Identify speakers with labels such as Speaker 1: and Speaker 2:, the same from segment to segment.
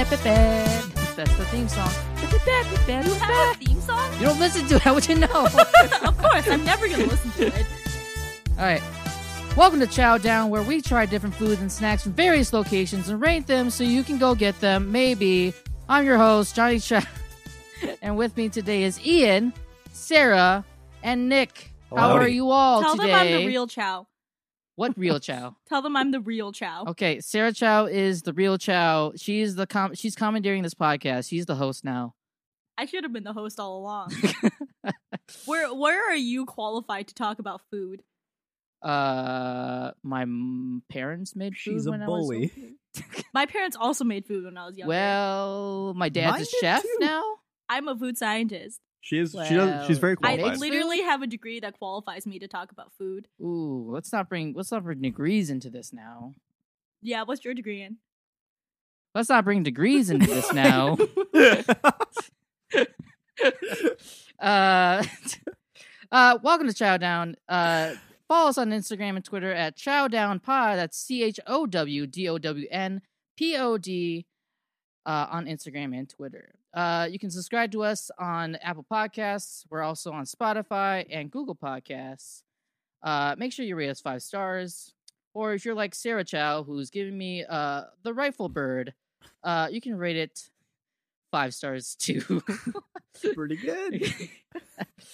Speaker 1: That's the theme song.
Speaker 2: You have a theme song?
Speaker 1: You don't listen to it. How would you know? All
Speaker 2: of course, I'm never gonna listen to it.
Speaker 1: right. Welcome to Chow Down, where we try different foods and snacks from various locations and rate them so you can go get them. Maybe. I'm your host, Johnny Chow. and with me today is Ian, Sarah, and Nick. How
Speaker 3: Howdy.
Speaker 1: are you all
Speaker 2: Tell
Speaker 1: today?
Speaker 2: them I'm the real Chow.
Speaker 1: what real Chow?
Speaker 2: Tell them I'm the real Chow.
Speaker 1: Okay, Sarah Chow is the real Chow. She's the com- she's commandeering this podcast. She's the host now.
Speaker 2: I should have been the host all along. where where are you qualified to talk about food?
Speaker 1: Uh, my m- parents made food
Speaker 3: She's a
Speaker 1: when I was.
Speaker 3: bully.
Speaker 2: My parents also made food when I was younger.
Speaker 1: Well, my dad's
Speaker 3: Mine
Speaker 1: a
Speaker 3: did
Speaker 1: chef
Speaker 3: too.
Speaker 1: now.
Speaker 2: I'm a food scientist.
Speaker 3: She is.
Speaker 1: Well,
Speaker 3: she does, she's very
Speaker 2: I
Speaker 3: qualified.
Speaker 1: Qualifies.
Speaker 2: literally have a degree that qualifies me to talk about food.
Speaker 1: Ooh, let's not bring let's not bring degrees into this now.
Speaker 2: Yeah, what's your degree in?
Speaker 1: Let's not bring degrees into this now. Uh, uh, welcome to Chow Down. Uh, follow us on Instagram and Twitter at Chow Down Pod. That's C H O W D O W N P O D uh, on Instagram and Twitter. Uh, you can subscribe to us on Apple Podcasts. We're also on Spotify and Google Podcasts. Uh, make sure you rate us five stars. Or if you're like Sarah Chow, who's giving me uh, the rifle bird, uh, you can rate it five stars too.
Speaker 3: Pretty good.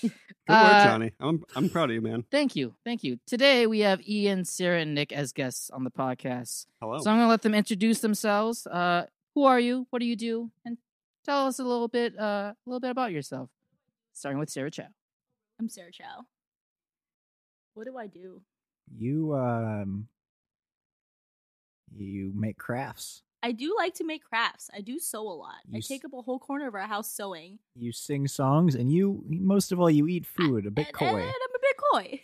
Speaker 3: Good
Speaker 1: Uh,
Speaker 3: work, Johnny. I'm I'm proud of you, man.
Speaker 1: Thank you. Thank you. Today we have Ian, Sarah, and Nick as guests on the podcast.
Speaker 3: Hello.
Speaker 4: Oh.
Speaker 1: So I'm going to let them introduce themselves. Uh, who are you? What do you do? And tell us a little bit, uh, a little bit about yourself. Starting with Sarah Chow.
Speaker 2: I'm Sarah Chow. What do I do?
Speaker 4: You um you make crafts.
Speaker 2: I do like to make crafts. I do sew a lot.
Speaker 4: You
Speaker 2: I
Speaker 4: s-
Speaker 2: take up a whole corner of our house sewing.
Speaker 4: You sing songs and you most of all you eat food, a bit
Speaker 2: and,
Speaker 4: coy.
Speaker 2: and I'm a bit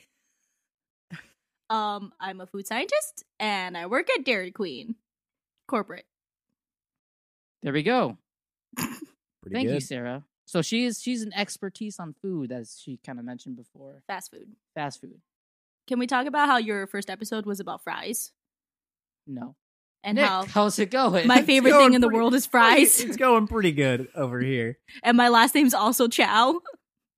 Speaker 2: coy. um, I'm a food scientist and I work at Dairy Queen corporate.
Speaker 1: There we go.
Speaker 4: Pretty
Speaker 1: Thank
Speaker 4: good.
Speaker 1: you, Sarah. So she is she's an expertise on food, as she kind of mentioned before,
Speaker 2: Fast food.
Speaker 1: fast food.
Speaker 2: Can we talk about how your first episode was about fries
Speaker 1: No.
Speaker 2: and
Speaker 1: Nick,
Speaker 2: how
Speaker 1: how's it going?
Speaker 2: my favorite thing
Speaker 4: going
Speaker 2: in the
Speaker 4: pretty-
Speaker 2: world is fries
Speaker 4: Oh, It's going pretty good over here.
Speaker 2: and my last name's also Chow?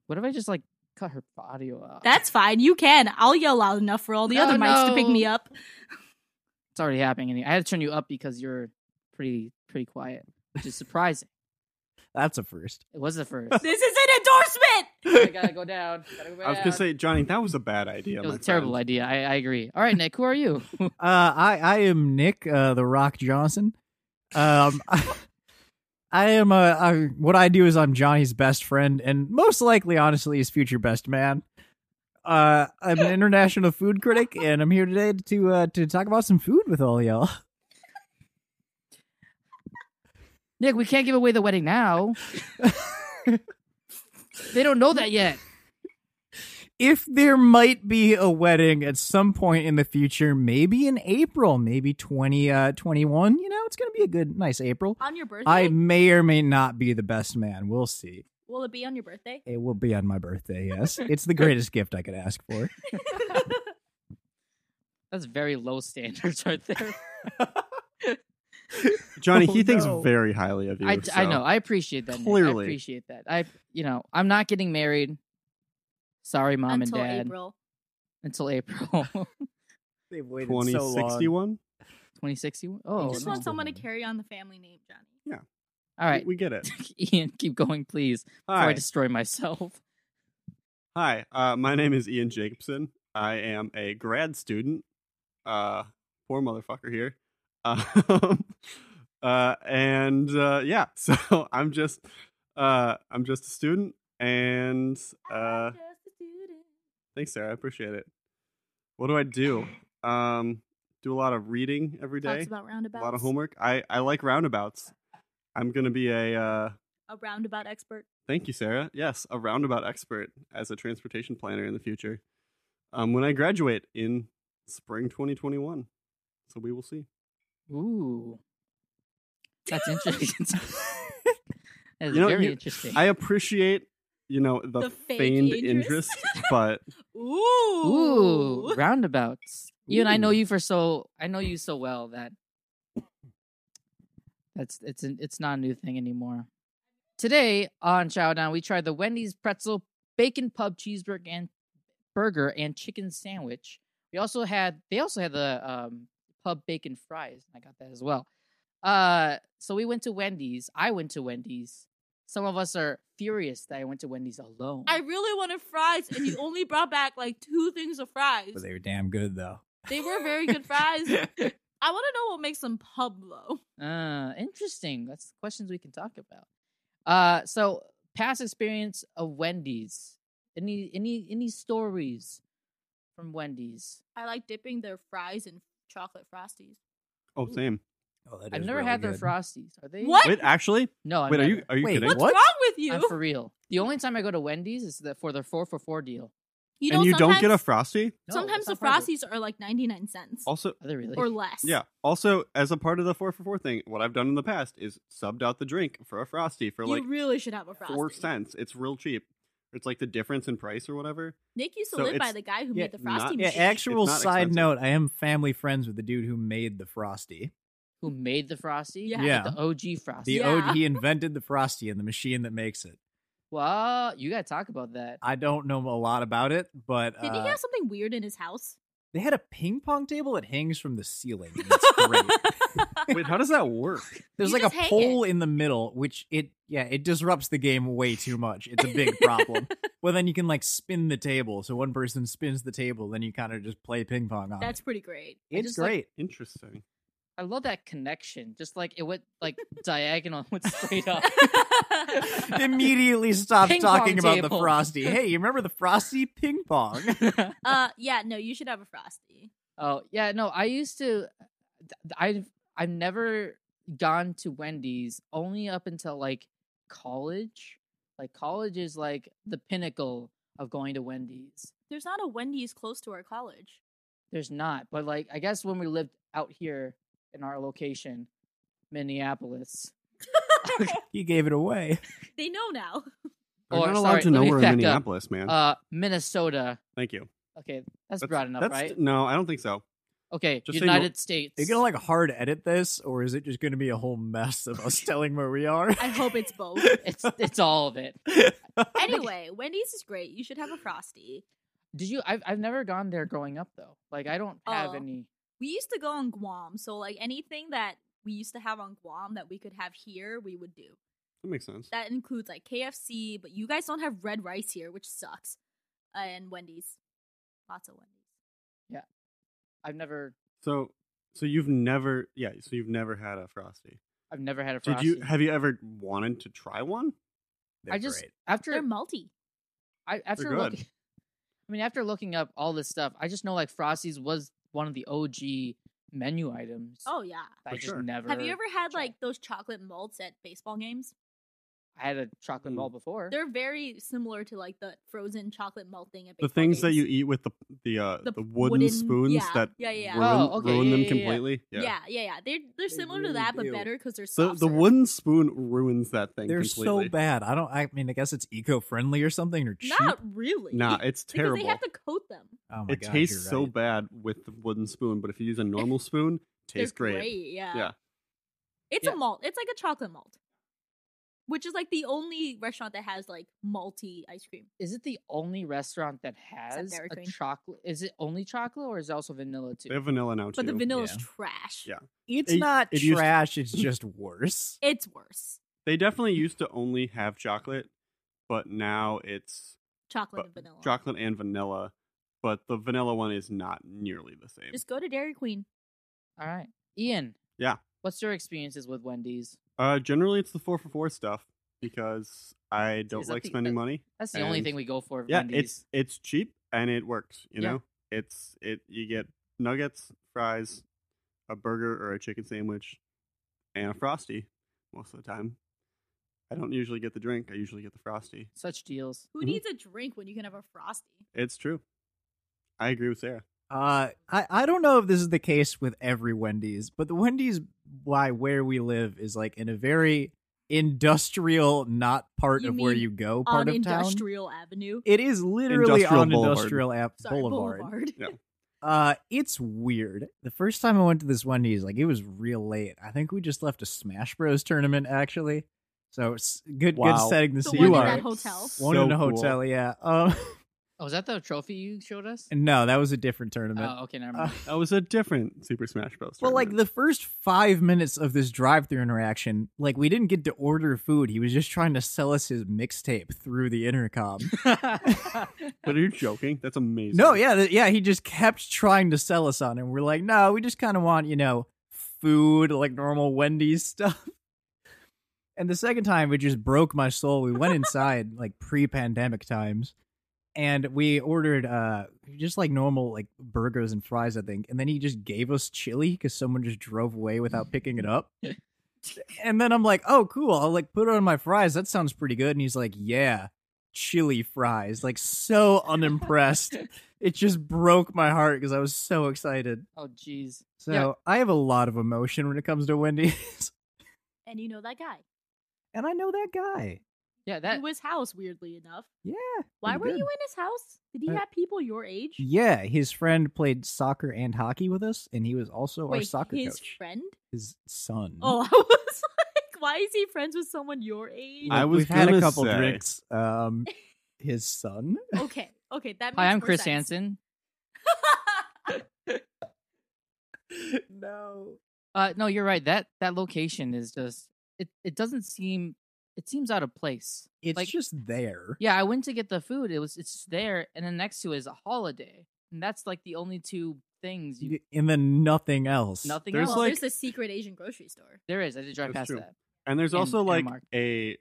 Speaker 1: What if I just like cut her audio off?
Speaker 2: That's fine. You can. I'll yell loud enough for all the
Speaker 1: No,
Speaker 2: other mics to pick
Speaker 1: no.
Speaker 2: me up.
Speaker 1: it's already happening. I had to turn you up because you're pretty pretty quiet, which is surprising.
Speaker 4: That's a first.
Speaker 1: it was the first.
Speaker 2: This is an
Speaker 1: I
Speaker 2: endorsement.
Speaker 1: gotta go down. Gotta go
Speaker 3: I was
Speaker 1: down.
Speaker 3: gonna say, Johnny, that was a bad idea.
Speaker 1: it was
Speaker 3: my
Speaker 1: a terrible
Speaker 3: friend.
Speaker 1: idea. I, I agree. All right, Nick, who are you?
Speaker 4: Uh I I am Nick, uh the Rock Johnson. Um I am a, a what I do is I'm Johnny's best friend and most likely honestly his future best man. Uh I'm an international food critic and I'm here today to uh to talk about some food with all y'all.
Speaker 1: Nick, we can't give away the wedding now. they don't know that yet.
Speaker 4: if there might be a wedding at some point in the future, maybe in April, maybe 20 uh 21, you know, it's going to be a good nice April.
Speaker 2: On your birthday?
Speaker 4: I may or may not be the best man. We'll see.
Speaker 2: Will it be on your birthday?
Speaker 4: It will be on my birthday, yes. it's the greatest gift I could ask for.
Speaker 1: That's very low standards right there.
Speaker 3: Johnny.
Speaker 4: Oh,
Speaker 3: he thinks
Speaker 4: no.
Speaker 3: very highly of you.
Speaker 1: I, I
Speaker 3: so-
Speaker 1: know. I appreciate that. Nick. I
Speaker 3: Clearly.
Speaker 1: appreciate that. I you know I'm not getting married. Sorry, mom
Speaker 2: Until
Speaker 1: and dad.
Speaker 2: April.
Speaker 1: Until April
Speaker 4: They've waited
Speaker 3: 2061.
Speaker 1: 2061.
Speaker 2: You
Speaker 1: Oh,
Speaker 2: just
Speaker 1: no.
Speaker 2: want someone to
Speaker 4: Good.
Speaker 2: carry on the family name, Johnny.
Speaker 1: all right,
Speaker 3: we, we get it.
Speaker 1: Ian, keep going, please, before I
Speaker 3: Hi,
Speaker 1: destroy myself.
Speaker 3: hi. Uh, my name is Ian Jacobson. I am a grad student. Uh, poor motherfucker here. Uh, uh, and uh, yeah, so I'm just, uh, I'm just a student, and uh,
Speaker 2: I'm just a student.
Speaker 3: Thanks, Sarah. I appreciate it. What do I do? Um, do a lot of reading every day.
Speaker 2: Talks about
Speaker 3: A
Speaker 2: roundabouts.
Speaker 3: lot of homework. I I like roundabouts. I'm gonna be a. Uh,
Speaker 2: A roundabout expert.
Speaker 3: thank you, Sarah. Yes, a roundabout expert as a transportation planner in the future. Um, when I graduate in spring 2021, so we will see.
Speaker 1: Ooh, that's interesting. That's
Speaker 3: You know,
Speaker 1: very
Speaker 3: you-
Speaker 1: interesting.
Speaker 3: I appreciate you know the,
Speaker 2: The fake
Speaker 3: feigned
Speaker 2: interest.
Speaker 3: interest, but
Speaker 2: Ooh.
Speaker 1: Ooh, roundabouts. You and I know
Speaker 3: Ooh.
Speaker 1: you for so I know you so well that That's it's an, it's not a new thing anymore. Today on Chowdown, we tried the Wendy's pretzel bacon pub cheeseburger and burger and chicken sandwich. We also had they also had the um, pub bacon fries. I got that as well. Uh, so we went to Wendy's. I went to Wendy's. Some of us are furious that I went to Wendy's alone.
Speaker 2: I really wanted fries, and you only brought back like two things of fries.
Speaker 4: But they were damn good though.
Speaker 2: They were very good fries. I want to know what makes them Pablo.
Speaker 1: Uh, interesting. That's questions we can talk about. Uh, so past experience of Wendy's. Any any any stories from Wendy's?
Speaker 2: I like dipping their fries in chocolate frosties.
Speaker 3: Oh, same.
Speaker 4: Oh, that
Speaker 1: I've
Speaker 4: is
Speaker 1: never
Speaker 4: really
Speaker 1: had their
Speaker 4: good.
Speaker 1: frosties. Are they?
Speaker 2: What?
Speaker 3: Wait, actually,
Speaker 1: No. I've
Speaker 3: wait, are
Speaker 1: never.
Speaker 3: you are you
Speaker 4: Wait,
Speaker 3: kidding?
Speaker 2: What's
Speaker 4: what?
Speaker 2: wrong with you?
Speaker 1: I'm for real. The only time I go to Wendy's is the, for their four for four deal.
Speaker 2: you
Speaker 3: and you don't get a
Speaker 2: sometimes-
Speaker 3: frosty?
Speaker 1: No,
Speaker 2: sometimes
Speaker 1: it's not
Speaker 2: the
Speaker 1: part of it.
Speaker 2: frosties are like ninety nine cents
Speaker 3: Also,
Speaker 1: Are they really?
Speaker 2: or less.
Speaker 3: yeah. Also, as a part of the four for four thing, what I've done in the past is subbed out the drink for a frosty for
Speaker 2: you
Speaker 3: like
Speaker 2: really should have a frosty.
Speaker 3: four cents. It's real cheap. It's like the difference in price or whatever.
Speaker 2: Nick used to
Speaker 3: So
Speaker 2: live by
Speaker 3: it's-
Speaker 2: the guy who
Speaker 4: Yeah,
Speaker 2: made the frosty.
Speaker 3: not-
Speaker 4: Yeah,
Speaker 2: machine.
Speaker 4: actual
Speaker 3: It's not
Speaker 4: side
Speaker 3: expensive.
Speaker 4: note, I am family friends with the dude who made the Frosty.
Speaker 1: Who made the frosty?
Speaker 2: Yeah.
Speaker 1: Like
Speaker 4: Yeah.
Speaker 1: the OG frosty.
Speaker 4: The
Speaker 2: Yeah.
Speaker 4: ode he invented the Frosty and the machine that makes it.
Speaker 1: Well, you gotta talk about that.
Speaker 4: I don't know a lot about it, but
Speaker 2: Did he
Speaker 4: uh,
Speaker 2: have something weird in his house?
Speaker 4: they had a ping pong table that hangs from the ceiling. and It's great.
Speaker 3: Wait, how does that work?
Speaker 4: There's
Speaker 2: You
Speaker 4: like a
Speaker 2: just hang
Speaker 4: pole in the middle, which it yeah, it disrupts the game way too much. It's a big problem. well, then you can like spin the table, so one person spins the table, then you kind of just play ping pong on
Speaker 2: That's
Speaker 4: it.
Speaker 2: pretty great.
Speaker 1: I
Speaker 4: It's
Speaker 1: just, like-
Speaker 4: great.
Speaker 3: Interesting.
Speaker 1: I love that connection. Just like it went like diagonal, went straight up.
Speaker 4: Immediately stop
Speaker 1: Ping pong
Speaker 4: talking about the
Speaker 1: table.
Speaker 4: frosty. Hey, you remember the frosty ping pong?
Speaker 2: uh, yeah, no, you should have a frosty.
Speaker 1: oh yeah, no, I used to. th- I've I've never gone to Wendy's only up until like college. Like college is like the pinnacle of going to Wendy's.
Speaker 2: There's not a Wendy's close to our college.
Speaker 1: There's not, but like I guess when we lived out here in our location, Minneapolis.
Speaker 4: he gave it away.
Speaker 2: They know now.
Speaker 3: We're
Speaker 1: Or,
Speaker 3: not allowed
Speaker 1: sorry,
Speaker 3: to
Speaker 1: let
Speaker 3: know
Speaker 1: me
Speaker 3: we're
Speaker 1: back
Speaker 3: in
Speaker 1: up.
Speaker 3: Minneapolis, man.
Speaker 1: Uh, Minnesota.
Speaker 3: Thank you.
Speaker 1: Okay, that's, broad enough,
Speaker 3: that's-
Speaker 1: right?
Speaker 3: No, I don't think so.
Speaker 1: okay,
Speaker 3: just say no-
Speaker 1: United States.
Speaker 4: Are you gonna like hard edit this, or is it just gonna be a whole mess of us telling where we are?
Speaker 2: I hope it's both.
Speaker 1: it's it's all of it.
Speaker 2: anyway, Wendy's is great. You should have a frosty.
Speaker 1: Did you? I've I've never gone there growing up though. Like I don't have
Speaker 2: Oh.
Speaker 3: Uh,
Speaker 1: any.
Speaker 2: We used to go on Guam, so like anything that we used to have on Guam that we could have here, we would do.
Speaker 3: That makes sense.
Speaker 2: That includes like KFC, but you guys don't have red rice here, which sucks. Uh, And Wendy's, lots of Wendy's.
Speaker 1: I've never
Speaker 3: So, so you've never, yeah, so you've never had a frosty.
Speaker 1: I've never had a
Speaker 3: Did
Speaker 1: frosty.
Speaker 3: you? Have you ever wanted to try one?
Speaker 4: They're
Speaker 1: I just
Speaker 4: great.
Speaker 1: after
Speaker 2: They're multi.
Speaker 1: I after
Speaker 3: good.
Speaker 1: looking. I mean, after looking up all this stuff, I just know like Frosties was one of the OG menu items.
Speaker 2: Oh yeah.
Speaker 1: that I
Speaker 3: for
Speaker 1: just
Speaker 3: sure.
Speaker 1: never.
Speaker 2: Have you ever had
Speaker 1: tried.
Speaker 2: like those chocolate malts at baseball games?
Speaker 1: I had a chocolate
Speaker 3: Mm.
Speaker 1: ball before.
Speaker 2: They're very similar to like the frozen chocolate malt thing at
Speaker 3: The
Speaker 2: baseball
Speaker 3: things that
Speaker 2: games.
Speaker 3: you eat with the the uh,
Speaker 2: The
Speaker 3: the, wooden,
Speaker 2: wooden-
Speaker 3: spoons
Speaker 2: yeah,
Speaker 3: that
Speaker 2: yeah, yeah.
Speaker 3: ruin,
Speaker 1: Oh, okay,
Speaker 3: ruin
Speaker 1: yeah,
Speaker 3: them
Speaker 1: yeah, yeah.
Speaker 3: completely.
Speaker 2: Yeah, yeah, yeah. They're they're
Speaker 4: They
Speaker 2: similar
Speaker 4: really
Speaker 2: to that,
Speaker 4: do.
Speaker 2: but better because they're
Speaker 3: The
Speaker 2: softer.
Speaker 3: the wooden spoon ruins that thing.
Speaker 4: They're
Speaker 3: completely.
Speaker 4: so bad. I don't. I mean, I guess it's eco-friendly or something or cheap.
Speaker 2: Not really.
Speaker 3: Nah, it's
Speaker 2: because
Speaker 3: terrible.
Speaker 2: they have to coat them.
Speaker 4: oh my
Speaker 3: it
Speaker 4: God,
Speaker 3: tastes
Speaker 4: you're
Speaker 3: so
Speaker 4: right.
Speaker 3: bad with the wooden spoon, but if you use a normal spoon, tastes
Speaker 2: they're
Speaker 3: great.
Speaker 2: Yeah.
Speaker 3: Yeah.
Speaker 2: It's
Speaker 1: Yeah.
Speaker 2: a malt. It's like a chocolate malt, which is like the only restaurant that has like malty ice cream.
Speaker 1: is it the only restaurant that has
Speaker 2: Dairy
Speaker 1: a
Speaker 2: Queen.
Speaker 1: chocolate? Is it only chocolate or is it also vanilla too?
Speaker 3: They have vanilla now too.
Speaker 2: But the vanilla's
Speaker 4: Yeah.
Speaker 2: trash.
Speaker 3: Yeah.
Speaker 4: It's
Speaker 3: It-
Speaker 4: not
Speaker 3: it used-
Speaker 4: trash. It's just worse.
Speaker 2: It's worse.
Speaker 3: they definitely used to only have chocolate, but now it's
Speaker 2: Chocolate
Speaker 3: But
Speaker 2: and vanilla.
Speaker 3: chocolate and vanilla. But the vanilla one is not nearly the same.
Speaker 2: Just go to Dairy Queen.
Speaker 1: all right, Ian.
Speaker 3: Yeah.
Speaker 1: What's your experiences with Wendy's?
Speaker 3: Uh, generally, it's the four for four stuff because I don't
Speaker 1: that
Speaker 3: like
Speaker 1: the-
Speaker 3: spending
Speaker 1: that-
Speaker 3: money.
Speaker 1: That's the only
Speaker 3: And-
Speaker 1: thing we go for. at
Speaker 3: Yeah,
Speaker 1: Wendy's.
Speaker 3: it's it's cheap and it works. You
Speaker 1: Yeah.
Speaker 3: know, it's it you get nuggets, fries, a burger or a chicken sandwich, and a frosty most of the time. I don't usually get the drink. I usually get the frosty.
Speaker 1: such deals.
Speaker 2: Who
Speaker 3: Mhm.
Speaker 2: needs a drink when you can have a frosty?
Speaker 3: It's true. I agree with Sarah.
Speaker 4: Uh, I I don't know if this is the case with every Wendy's, but the Wendy's by where we live is like in a very industrial, not part
Speaker 2: You
Speaker 4: of where
Speaker 2: mean
Speaker 4: you go part
Speaker 2: On
Speaker 4: of town.
Speaker 2: Industrial Avenue.
Speaker 4: It is literally
Speaker 3: Industrial
Speaker 4: on
Speaker 3: Boulevard.
Speaker 4: Industrial Ave-
Speaker 2: Sorry, Boulevard.
Speaker 3: Yeah.
Speaker 4: Uh, it's weird. The first time I went to this Wendy's, like it was real late. I think we just left a Smash Bros tournament actually. So it's good,
Speaker 3: Wow.
Speaker 4: good setting the
Speaker 2: The
Speaker 4: scene.
Speaker 2: one in
Speaker 4: for
Speaker 2: that
Speaker 4: it.
Speaker 2: hotel.
Speaker 4: One
Speaker 3: so
Speaker 4: in a
Speaker 3: cool.
Speaker 4: hotel, yeah. Um,
Speaker 1: Oh, is that the trophy you showed us?
Speaker 4: no, that was a different tournament.
Speaker 1: Oh, okay, never
Speaker 4: Uh,
Speaker 1: mind.
Speaker 3: That was a different Super Smash Bros.
Speaker 4: Well, like
Speaker 3: tournament.
Speaker 4: the first five minutes of this drive-through interaction, like we didn't get to order food. He was just trying to sell us his mixtape through the intercom.
Speaker 3: Uh. But are you joking? That's amazing.
Speaker 4: no, yeah, th- yeah. He just kept trying to sell us on it. We're like, no, we just kind of want you know food, like normal Wendy's stuff. And the second time, it just broke my soul. We went inside like pre-pandemic times, and we ordered uh just like normal like burgers and fries, I think. And then he just gave us chili because someone just drove away without picking it up. and then I'm like, oh, cool. I'll like put it on my fries. That sounds pretty good. And he's like, yeah, chili fries. Like so unimpressed. it just broke my heart because I was so excited.
Speaker 1: oh, jeez.
Speaker 4: So
Speaker 1: Yeah.
Speaker 4: I have a lot of emotion when it comes to Wendy's,
Speaker 2: And you know that guy.
Speaker 4: and I know that guy.
Speaker 1: Yeah, that.
Speaker 2: It was house, weirdly enough.
Speaker 4: Yeah.
Speaker 2: Why
Speaker 4: pretty
Speaker 2: were
Speaker 4: good.
Speaker 2: you in his house? Did he
Speaker 4: Uh,
Speaker 2: have people your age?
Speaker 4: Yeah, his friend played soccer and hockey with us, and he was also our soccer
Speaker 2: his
Speaker 4: coach. Mm-hmm.
Speaker 2: friend?
Speaker 4: his son.
Speaker 2: Oh, I was like, why is he friends with someone your age?
Speaker 3: I
Speaker 4: Like,
Speaker 3: was
Speaker 4: We've had a
Speaker 3: gonna
Speaker 4: couple
Speaker 3: say-
Speaker 4: drinks. Um, his son.
Speaker 2: okay, okay, that. Makes
Speaker 1: Hi, I'm
Speaker 2: more
Speaker 1: Chris
Speaker 2: sense.
Speaker 1: Hansen.
Speaker 4: no.
Speaker 1: Uh, no, you're right. That that location is just it. It doesn't seem. It seems out of place.
Speaker 4: It's
Speaker 1: Like-
Speaker 4: just there.
Speaker 1: Yeah, I went to get the food. It was it's there, and then next to it is a holiday, and that's like the only two things you.
Speaker 4: And then nothing else.
Speaker 1: Nothing
Speaker 3: There's
Speaker 1: else.
Speaker 2: well,
Speaker 3: like-
Speaker 2: there's a secret Asian grocery store.
Speaker 1: there is. I did drive
Speaker 3: That's
Speaker 1: past
Speaker 3: true.
Speaker 1: that.
Speaker 3: And there's
Speaker 1: in-
Speaker 3: also
Speaker 1: in a
Speaker 3: like
Speaker 1: mark.
Speaker 3: a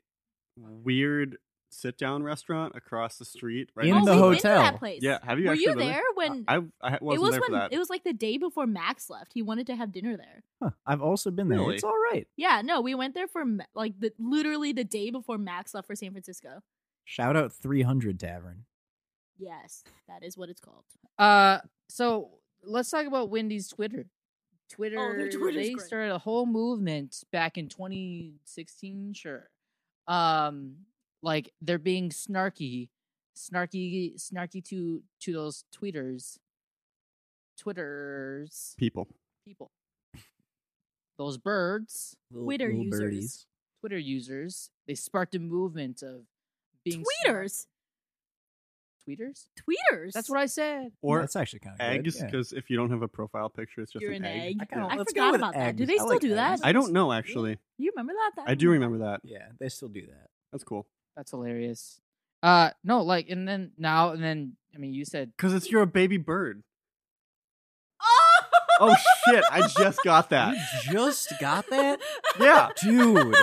Speaker 3: weird sit down restaurant across the street. Right
Speaker 4: In
Speaker 2: oh,
Speaker 3: next
Speaker 4: the
Speaker 3: to
Speaker 2: we've
Speaker 3: it.
Speaker 2: been to that
Speaker 4: hotel.
Speaker 2: place.
Speaker 3: Yeah, have you
Speaker 2: Oh, Were
Speaker 3: actually
Speaker 2: you
Speaker 3: been
Speaker 2: there when?
Speaker 3: I, I
Speaker 2: it
Speaker 3: wasn't
Speaker 2: was
Speaker 3: there
Speaker 2: when
Speaker 3: for that.
Speaker 2: it was like the day before Max left. He wanted to have dinner there.
Speaker 4: Huh, I've also been there.
Speaker 3: Really?
Speaker 4: It's all right.
Speaker 2: Yeah, no, we went there for Ma- like the literally the day before Max left for San Francisco.
Speaker 4: Shout out 300 Tavern.
Speaker 2: Yes, that is what it's called.
Speaker 1: Uh, so let's talk about Wendy's Twitter. Twitter,
Speaker 2: Oh, Twitter's
Speaker 1: they
Speaker 2: great.
Speaker 1: started a whole movement back in 2016, sure. Um, like they're being snarky, snarky, snarky to to those tweeters, twitters,
Speaker 3: People.
Speaker 1: people, those birds,
Speaker 4: Little-
Speaker 2: Twitter
Speaker 4: little
Speaker 2: users.
Speaker 4: birdies.
Speaker 1: Twitter users. They sparked a movement of being snark-
Speaker 2: Tweeters,
Speaker 1: tweeters.
Speaker 2: tweeters.
Speaker 1: That's what I said.
Speaker 3: Or
Speaker 4: That's actually kind of
Speaker 3: eggs,
Speaker 4: Good. yeah.
Speaker 3: because if you don't have a profile picture, it's just
Speaker 2: You're
Speaker 3: an,
Speaker 2: an
Speaker 3: egg.
Speaker 2: egg.
Speaker 4: I kinda-
Speaker 3: Yeah.
Speaker 2: I
Speaker 4: let's go
Speaker 2: forgot
Speaker 4: with
Speaker 2: about that. Do
Speaker 4: eggs.
Speaker 2: they
Speaker 4: I
Speaker 2: still
Speaker 4: like
Speaker 2: do that?
Speaker 4: eggs.
Speaker 3: I don't know actually.
Speaker 2: You remember that?
Speaker 3: I do remember that.
Speaker 4: Yeah, they still do that.
Speaker 3: That's cool.
Speaker 1: That's hilarious. Uh, no, like, and then now, and then, I mean, you said
Speaker 3: Because it's your baby bird.
Speaker 2: Oh,
Speaker 3: Oh shit! I just got that.
Speaker 4: You just got that?
Speaker 3: Yeah.
Speaker 4: Dude,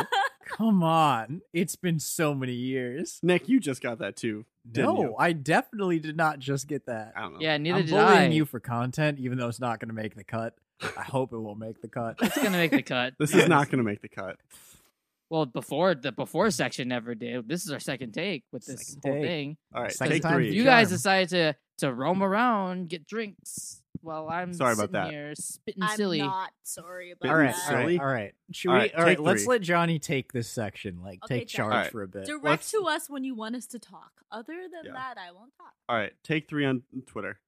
Speaker 4: come on. It's been so many years.
Speaker 3: Nick, you just got that too. Didn't
Speaker 4: No,
Speaker 3: you?
Speaker 4: I definitely did not just get that.
Speaker 3: I don't know.
Speaker 1: Yeah, neither
Speaker 4: I'm
Speaker 1: did
Speaker 4: bullying
Speaker 1: I.
Speaker 4: you for content, even though it's not going to make the cut. I hope it will make the cut.
Speaker 1: It's gonna make the cut.
Speaker 3: This is not gonna make the cut.
Speaker 1: Well, before the before section never did. This is our second take with this
Speaker 4: Second
Speaker 1: whole
Speaker 4: take.
Speaker 1: thing.
Speaker 3: All right,
Speaker 4: Second
Speaker 3: take
Speaker 4: time's
Speaker 3: three.
Speaker 4: the
Speaker 1: You guys
Speaker 4: charm.
Speaker 1: decided to to roam around, get drinks, while I'm
Speaker 3: Sorry about
Speaker 1: sitting
Speaker 3: that.
Speaker 1: here spitting
Speaker 2: I'm
Speaker 1: silly.
Speaker 2: not sorry about
Speaker 3: All
Speaker 4: all right,
Speaker 2: that.
Speaker 4: all
Speaker 3: Silly.
Speaker 4: right, all right. Should
Speaker 3: All
Speaker 4: we?
Speaker 3: right,
Speaker 4: all right,
Speaker 3: take
Speaker 4: let's
Speaker 3: three.
Speaker 4: let Johnny take this section, like
Speaker 2: Okay,
Speaker 4: take
Speaker 2: Johnny.
Speaker 4: charge
Speaker 3: All right.
Speaker 4: for a bit.
Speaker 2: Direct
Speaker 3: Let's-
Speaker 2: to us when you want us to talk. Other than
Speaker 3: Yeah.
Speaker 2: that, I won't talk.
Speaker 3: All right, take three on Twitter.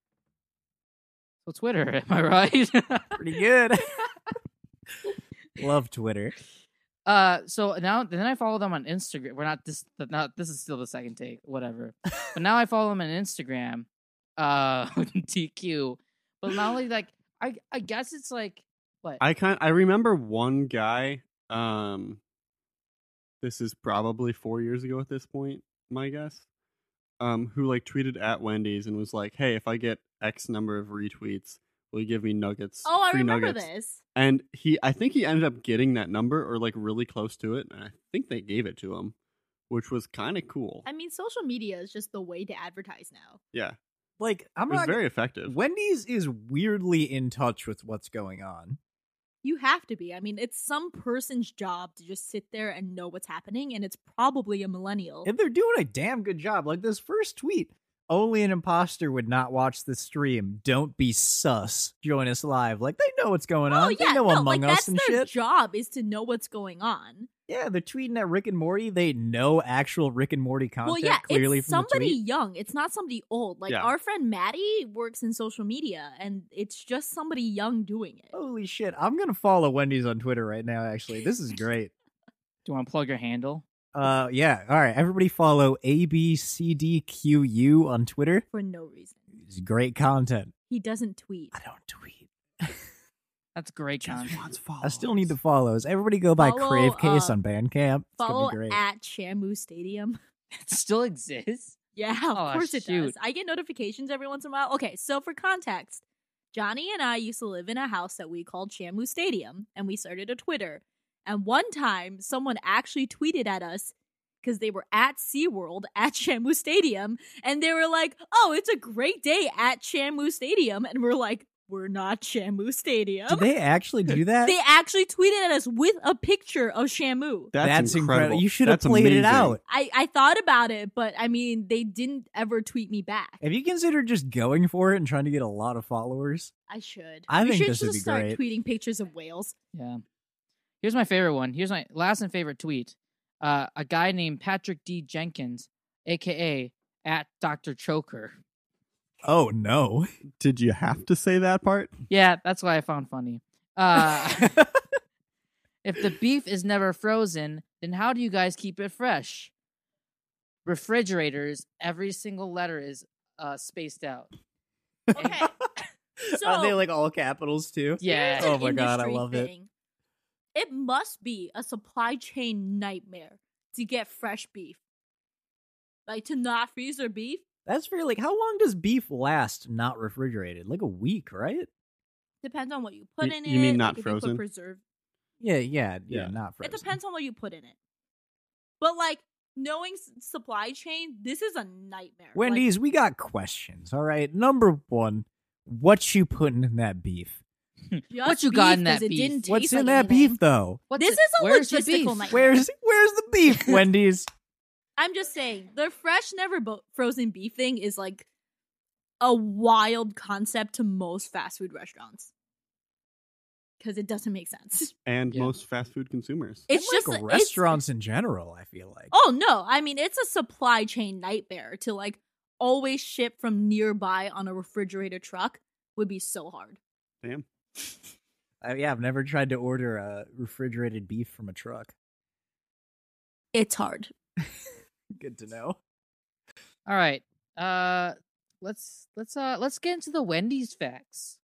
Speaker 1: So Twitter, am I right?
Speaker 4: Pretty good. Love Twitter.
Speaker 1: uh, so now then I follow them on Instagram. We're not this not this is still the second take, whatever. but now I follow them on Instagram, uh, DQ. But not only like I I guess it's like what
Speaker 3: I kind I remember one guy. Um, this is probably four years ago at this point, my guess. Um, who like tweeted at Wendy's and was like, "Hey, if I get X number of retweets, will you give me nuggets?
Speaker 2: Oh, I
Speaker 3: free
Speaker 2: remember
Speaker 3: nuggets?"
Speaker 2: this.
Speaker 3: And he, I think he ended up getting that number or like really close to it, and I think they gave it to him, which was kind of cool.
Speaker 2: I mean, social media is just the way to advertise now.
Speaker 3: yeah, it
Speaker 4: Like I'm
Speaker 3: was
Speaker 4: not.
Speaker 3: very effective.
Speaker 4: Wendy's is weirdly in touch with what's going on.
Speaker 2: You have to be. I mean, it's some person's job to just sit there and know what's happening, and it's probably a millennial.
Speaker 4: And they're doing a damn good job. Like this first tweet. Only an imposter would not watch the stream. Don't be sus. Join us live. Like they know what's going on.
Speaker 2: oh yeah,
Speaker 4: they know
Speaker 2: no,
Speaker 4: Among
Speaker 2: like
Speaker 4: Us
Speaker 2: that's
Speaker 4: and
Speaker 2: their
Speaker 4: shit.
Speaker 2: job is to know what's going on.
Speaker 4: yeah, they're tweeting at Rick and Morty. They know actual Rick and Morty content
Speaker 2: well, yeah,
Speaker 4: clearly
Speaker 2: it's
Speaker 4: from the
Speaker 2: somebody
Speaker 4: tweet.
Speaker 2: young. It's not somebody old. Like
Speaker 3: Yeah.
Speaker 2: our friend Maddie works in social media, and it's just somebody young doing it.
Speaker 4: Holy shit! I'm gonna follow Wendy's on Twitter right now. Actually, this is great.
Speaker 1: Do you want to plug your handle?
Speaker 4: Uh, yeah. All right, everybody follow abcdqu on Twitter.
Speaker 2: for no reason.
Speaker 4: It's great content.
Speaker 2: He doesn't tweet.
Speaker 4: I don't tweet.
Speaker 1: That's great
Speaker 3: Just
Speaker 1: content.
Speaker 3: wants followers.
Speaker 4: I still need the follows. Everybody go buy
Speaker 2: Follow,
Speaker 4: Crave Case
Speaker 2: uh,
Speaker 4: on Bandcamp. It's
Speaker 2: Follow
Speaker 4: gonna be great.
Speaker 2: at Shamu Stadium.
Speaker 1: It still exists.
Speaker 2: Yeah, of
Speaker 1: Oh,
Speaker 2: course it
Speaker 1: shoot.
Speaker 2: does. I get notifications every once in a while. Okay, so for context, Johnny and I used to live in a house that we called Shamu Stadium, and we started a Twitter. And one time, someone actually tweeted at us because they were at SeaWorld at Shamu Stadium, and they were like, oh, it's a great day at Shamu Stadium. And we're like, we're not Shamu Stadium.
Speaker 4: Did they actually do that?
Speaker 2: They actually tweeted at us with a picture of Shamu.
Speaker 3: That's,
Speaker 4: incredible.
Speaker 3: incredible.
Speaker 4: You should have
Speaker 3: That's
Speaker 4: played it
Speaker 3: amazing.
Speaker 4: out.
Speaker 2: I, I thought about it, but I mean, they didn't ever tweet me back.
Speaker 4: Have you considered just going for it and trying to get a lot of followers?
Speaker 2: I should.
Speaker 4: I
Speaker 2: we
Speaker 4: think
Speaker 2: should
Speaker 4: this would
Speaker 2: just
Speaker 4: be
Speaker 2: start
Speaker 4: great.
Speaker 2: tweeting pictures of whales.
Speaker 1: Yeah. Here's my favorite one. Here's my last and favorite tweet. Uh, a guy named Patrick D. Jenkins, aka at Dr. Choker.
Speaker 4: Oh no!
Speaker 3: Did you have to say that part?
Speaker 1: Yeah, that's why I found funny. Uh, if the beef is never frozen, then how do you guys keep it fresh? Refrigerators, every single letter is uh, spaced out.
Speaker 2: Okay. So-
Speaker 4: Are they like all capitals too?
Speaker 1: Yeah.
Speaker 2: Here's an
Speaker 4: Oh my God, I
Speaker 2: industry
Speaker 4: love it.
Speaker 2: thing. It must be a supply chain nightmare to get fresh beef. Like to not freeze their beef.
Speaker 4: That's fair. Like, how long does beef last not refrigerated? Like a week, right?
Speaker 2: Depends on what you put
Speaker 3: You-
Speaker 2: in it.
Speaker 3: you mean not
Speaker 2: like, if You
Speaker 3: frozen?
Speaker 2: put preserve.
Speaker 4: Yeah, yeah, yeah.
Speaker 3: Yeah.
Speaker 4: Not frozen.
Speaker 2: It depends on what you put in it. But like knowing s- supply chain, this is a nightmare. Like,
Speaker 4: Wendy's, we got questions. All right. Number one, what you putting in that beef?
Speaker 2: just
Speaker 1: What you got in
Speaker 2: because
Speaker 1: that
Speaker 2: it
Speaker 1: beef?
Speaker 2: didn't
Speaker 4: What's
Speaker 2: taste
Speaker 4: in
Speaker 2: like
Speaker 4: that
Speaker 2: anything.
Speaker 4: beef though?
Speaker 1: What's
Speaker 2: This
Speaker 1: it-
Speaker 2: is a
Speaker 1: where's the
Speaker 2: logistical
Speaker 1: beef?
Speaker 2: nightmare.
Speaker 4: Where's where's the beef, Wendy's?
Speaker 2: I'm just saying, the fresh, never bo- frozen beef thing is like a wild concept to most fast food restaurants because it doesn't make sense.
Speaker 3: And
Speaker 1: Yeah.
Speaker 3: most fast food consumers.
Speaker 2: It's
Speaker 4: And,
Speaker 2: just
Speaker 4: like
Speaker 2: it's-
Speaker 4: restaurants in general, I feel like.
Speaker 2: oh no! I mean, it's a supply chain nightmare to like always ship from nearby on a refrigerator truck would be so hard.
Speaker 4: Uh, yeah, I've never tried to order a refrigerated beef from a truck.
Speaker 2: It's hard.
Speaker 4: Good to know.
Speaker 1: All right. Uh let's let's uh let's get into the Wendy's facts.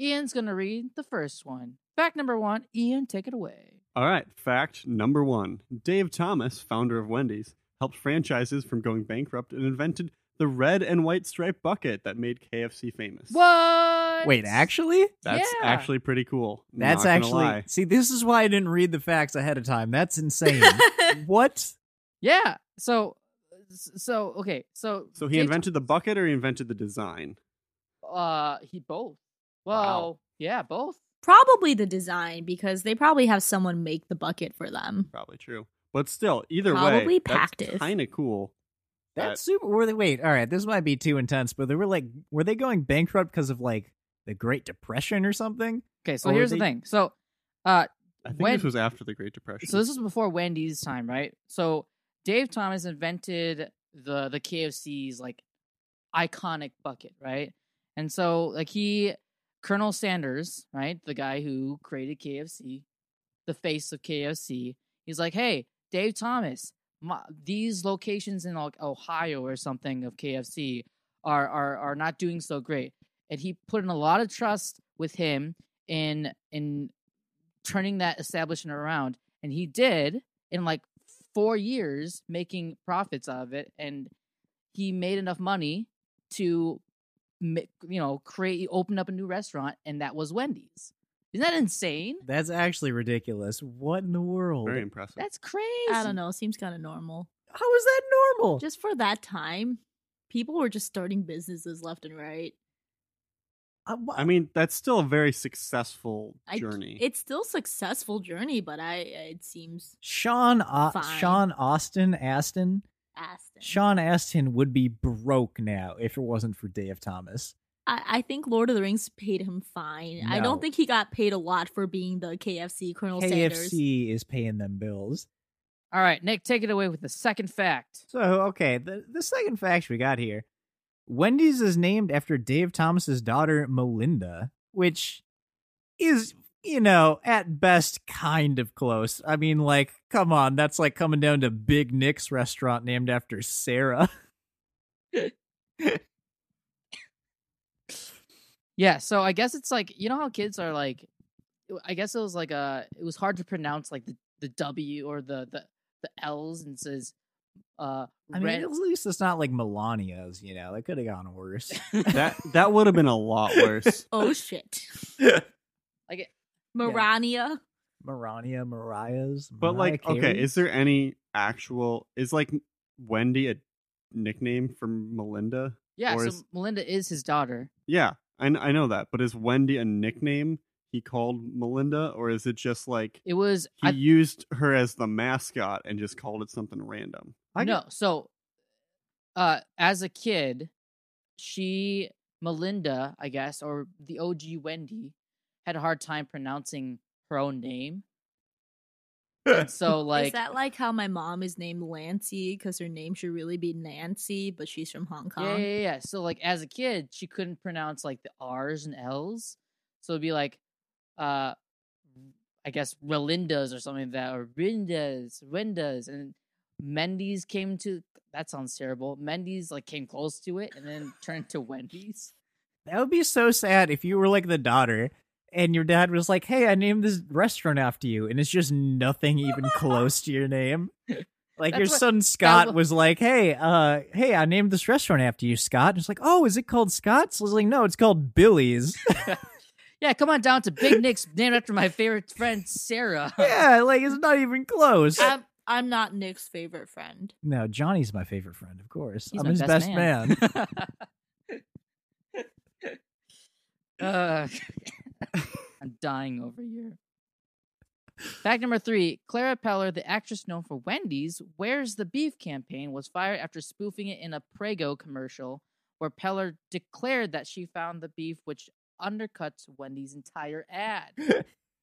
Speaker 1: Ian's gonna read the first one. Fact number one, Ian, take it away.
Speaker 3: All right, fact number one Dave Thomas, founder of Wendy's, helped franchises from going bankrupt and invented the red and white striped bucket that made KFC famous.
Speaker 1: What
Speaker 4: Wait, actually?
Speaker 3: That's
Speaker 1: Yeah.
Speaker 3: actually pretty cool. Not
Speaker 4: That's
Speaker 3: gonna
Speaker 4: actually
Speaker 3: lie.
Speaker 4: See, this is why I didn't read the facts ahead of time. That's insane. what?
Speaker 1: Yeah. So so okay, so
Speaker 3: So he
Speaker 1: Dave-
Speaker 3: invented the bucket or he invented the design?
Speaker 1: uh he both. Well
Speaker 3: Wow.
Speaker 1: yeah, both.
Speaker 2: probably the design because they probably have someone make the bucket for them.
Speaker 3: Probably true. But still, either
Speaker 2: Probably
Speaker 3: way, that's
Speaker 2: Pactiv.
Speaker 3: kind of cool.
Speaker 4: That's super. Were they? Wait, all right. This might be too intense, but they were like, were they going bankrupt because of like the Great Depression or something?
Speaker 1: Okay, so
Speaker 4: Or
Speaker 1: here's the
Speaker 4: they-
Speaker 1: thing. So uh
Speaker 3: I think
Speaker 1: When-
Speaker 3: this was after the Great Depression.
Speaker 1: so this was before Wendy's time, right? So Dave Thomas invented the the KFC's like iconic bucket, right? And so like he Colonel Sanders, right? The guy who created KFC, the face of KFC. He's like, "Hey, Dave Thomas, my, these locations in like Ohio or something of KFC are are are not doing so great." And he put in a lot of trust with him in in turning that establishment around and he did in like four years making profits out of it and he made enough money to ma- you know create open up a new restaurant and that was wendy's isn't that insane
Speaker 4: That's actually ridiculous. What in the world?
Speaker 3: Very impressive.
Speaker 1: that's crazy
Speaker 2: I don't know. Seems kind of normal.
Speaker 4: How is that normal?
Speaker 2: Just for that time, people were just starting businesses left and right.
Speaker 4: I- Uh, wha-
Speaker 3: I mean, that's still a very successful
Speaker 2: I,
Speaker 3: journey.
Speaker 2: It's still successful journey, but I it seems
Speaker 4: Sean Au-
Speaker 2: Fine.
Speaker 4: Sean Austin Aston
Speaker 2: Aston.
Speaker 4: Sean Aston would be broke now if it wasn't for Dave Thomas.
Speaker 2: I, I think Lord of the Rings paid him fine. I don't
Speaker 4: No.
Speaker 2: think he got paid a lot for being the KFC Colonel Sanders.
Speaker 4: KFC is paying them bills.
Speaker 1: All right, Nick, take it away with the second fact.
Speaker 4: So okay, the the second fact we got here, Wendy's is named after Dave Thomas's daughter Melinda, which is you know at best kind of close. I mean, like, come on, that's like coming down to Big Nick's restaurant named after Sarah.
Speaker 1: Yeah, so I guess it's like you know how kids are like. I guess it was like uh It was hard to pronounce like the, the W or the the the L's and it says. Uh,
Speaker 4: I mean,
Speaker 1: red.
Speaker 4: at least it's not like Melania's. You know, that could have gone worse.
Speaker 3: That that would have been a lot worse.
Speaker 2: Oh shit,
Speaker 1: Like it-
Speaker 2: Melania.
Speaker 4: Melania, Mariah's,
Speaker 3: But like,
Speaker 4: Mariah
Speaker 3: okay,
Speaker 4: Carey?
Speaker 3: is there any actual? Is like Wendy a nickname for Melinda?
Speaker 1: yeah,
Speaker 3: Or
Speaker 1: so
Speaker 3: is-
Speaker 1: Melinda is his daughter.
Speaker 3: Yeah, I, kn- I know that, but is Wendy a nickname he called Melinda, or is it just like
Speaker 1: It was
Speaker 3: he
Speaker 1: I,
Speaker 3: used her as the mascot and just called it something random?
Speaker 4: I
Speaker 1: no, so uh as a kid, she Melinda, I guess, or the OG Wendy had a hard time pronouncing her own name. And so
Speaker 2: is
Speaker 1: like
Speaker 2: that like how my mom is named Lancy because her name should really be Nancy, but she's from Hong
Speaker 1: yeah,
Speaker 2: Kong?
Speaker 1: yeah, yeah, yeah. So like as a kid, she couldn't pronounce like the R's and L's. So it'd be like uh I guess Relinda's or something like that, or Rinda's, Rinda's and Mendy's came to that sounds terrible. Mendy's like came close to it and then turned to Wendy's.
Speaker 4: That would be so sad if you were like the daughter and your dad was like, "Hey, I named this restaurant after you," and it's just nothing even close to your name. Like your
Speaker 1: That's what-
Speaker 4: son Scott
Speaker 1: what-
Speaker 4: was like, "Hey, uh, hey, I named this restaurant after you, Scott." And it's like, "Oh, is it called Scott's?" I was like, "No, it's called Billy's."
Speaker 1: Yeah, come on down to Big Nick's, named after my favorite friend Sarah.
Speaker 4: yeah, like it's not even close.
Speaker 2: I'm, I'm not Nick's favorite friend.
Speaker 4: no, Johnny's my favorite friend, of course.
Speaker 1: He's
Speaker 4: I'm
Speaker 1: my
Speaker 4: his best, man.
Speaker 1: Ugh. Uh, I'm dying over here. Fact number three Clara Peller, the actress known for Wendy's Where's the Beef campaign, was fired after spoofing it in a Prego commercial where Peller declared that she found the beef, which undercuts Wendy's entire ad.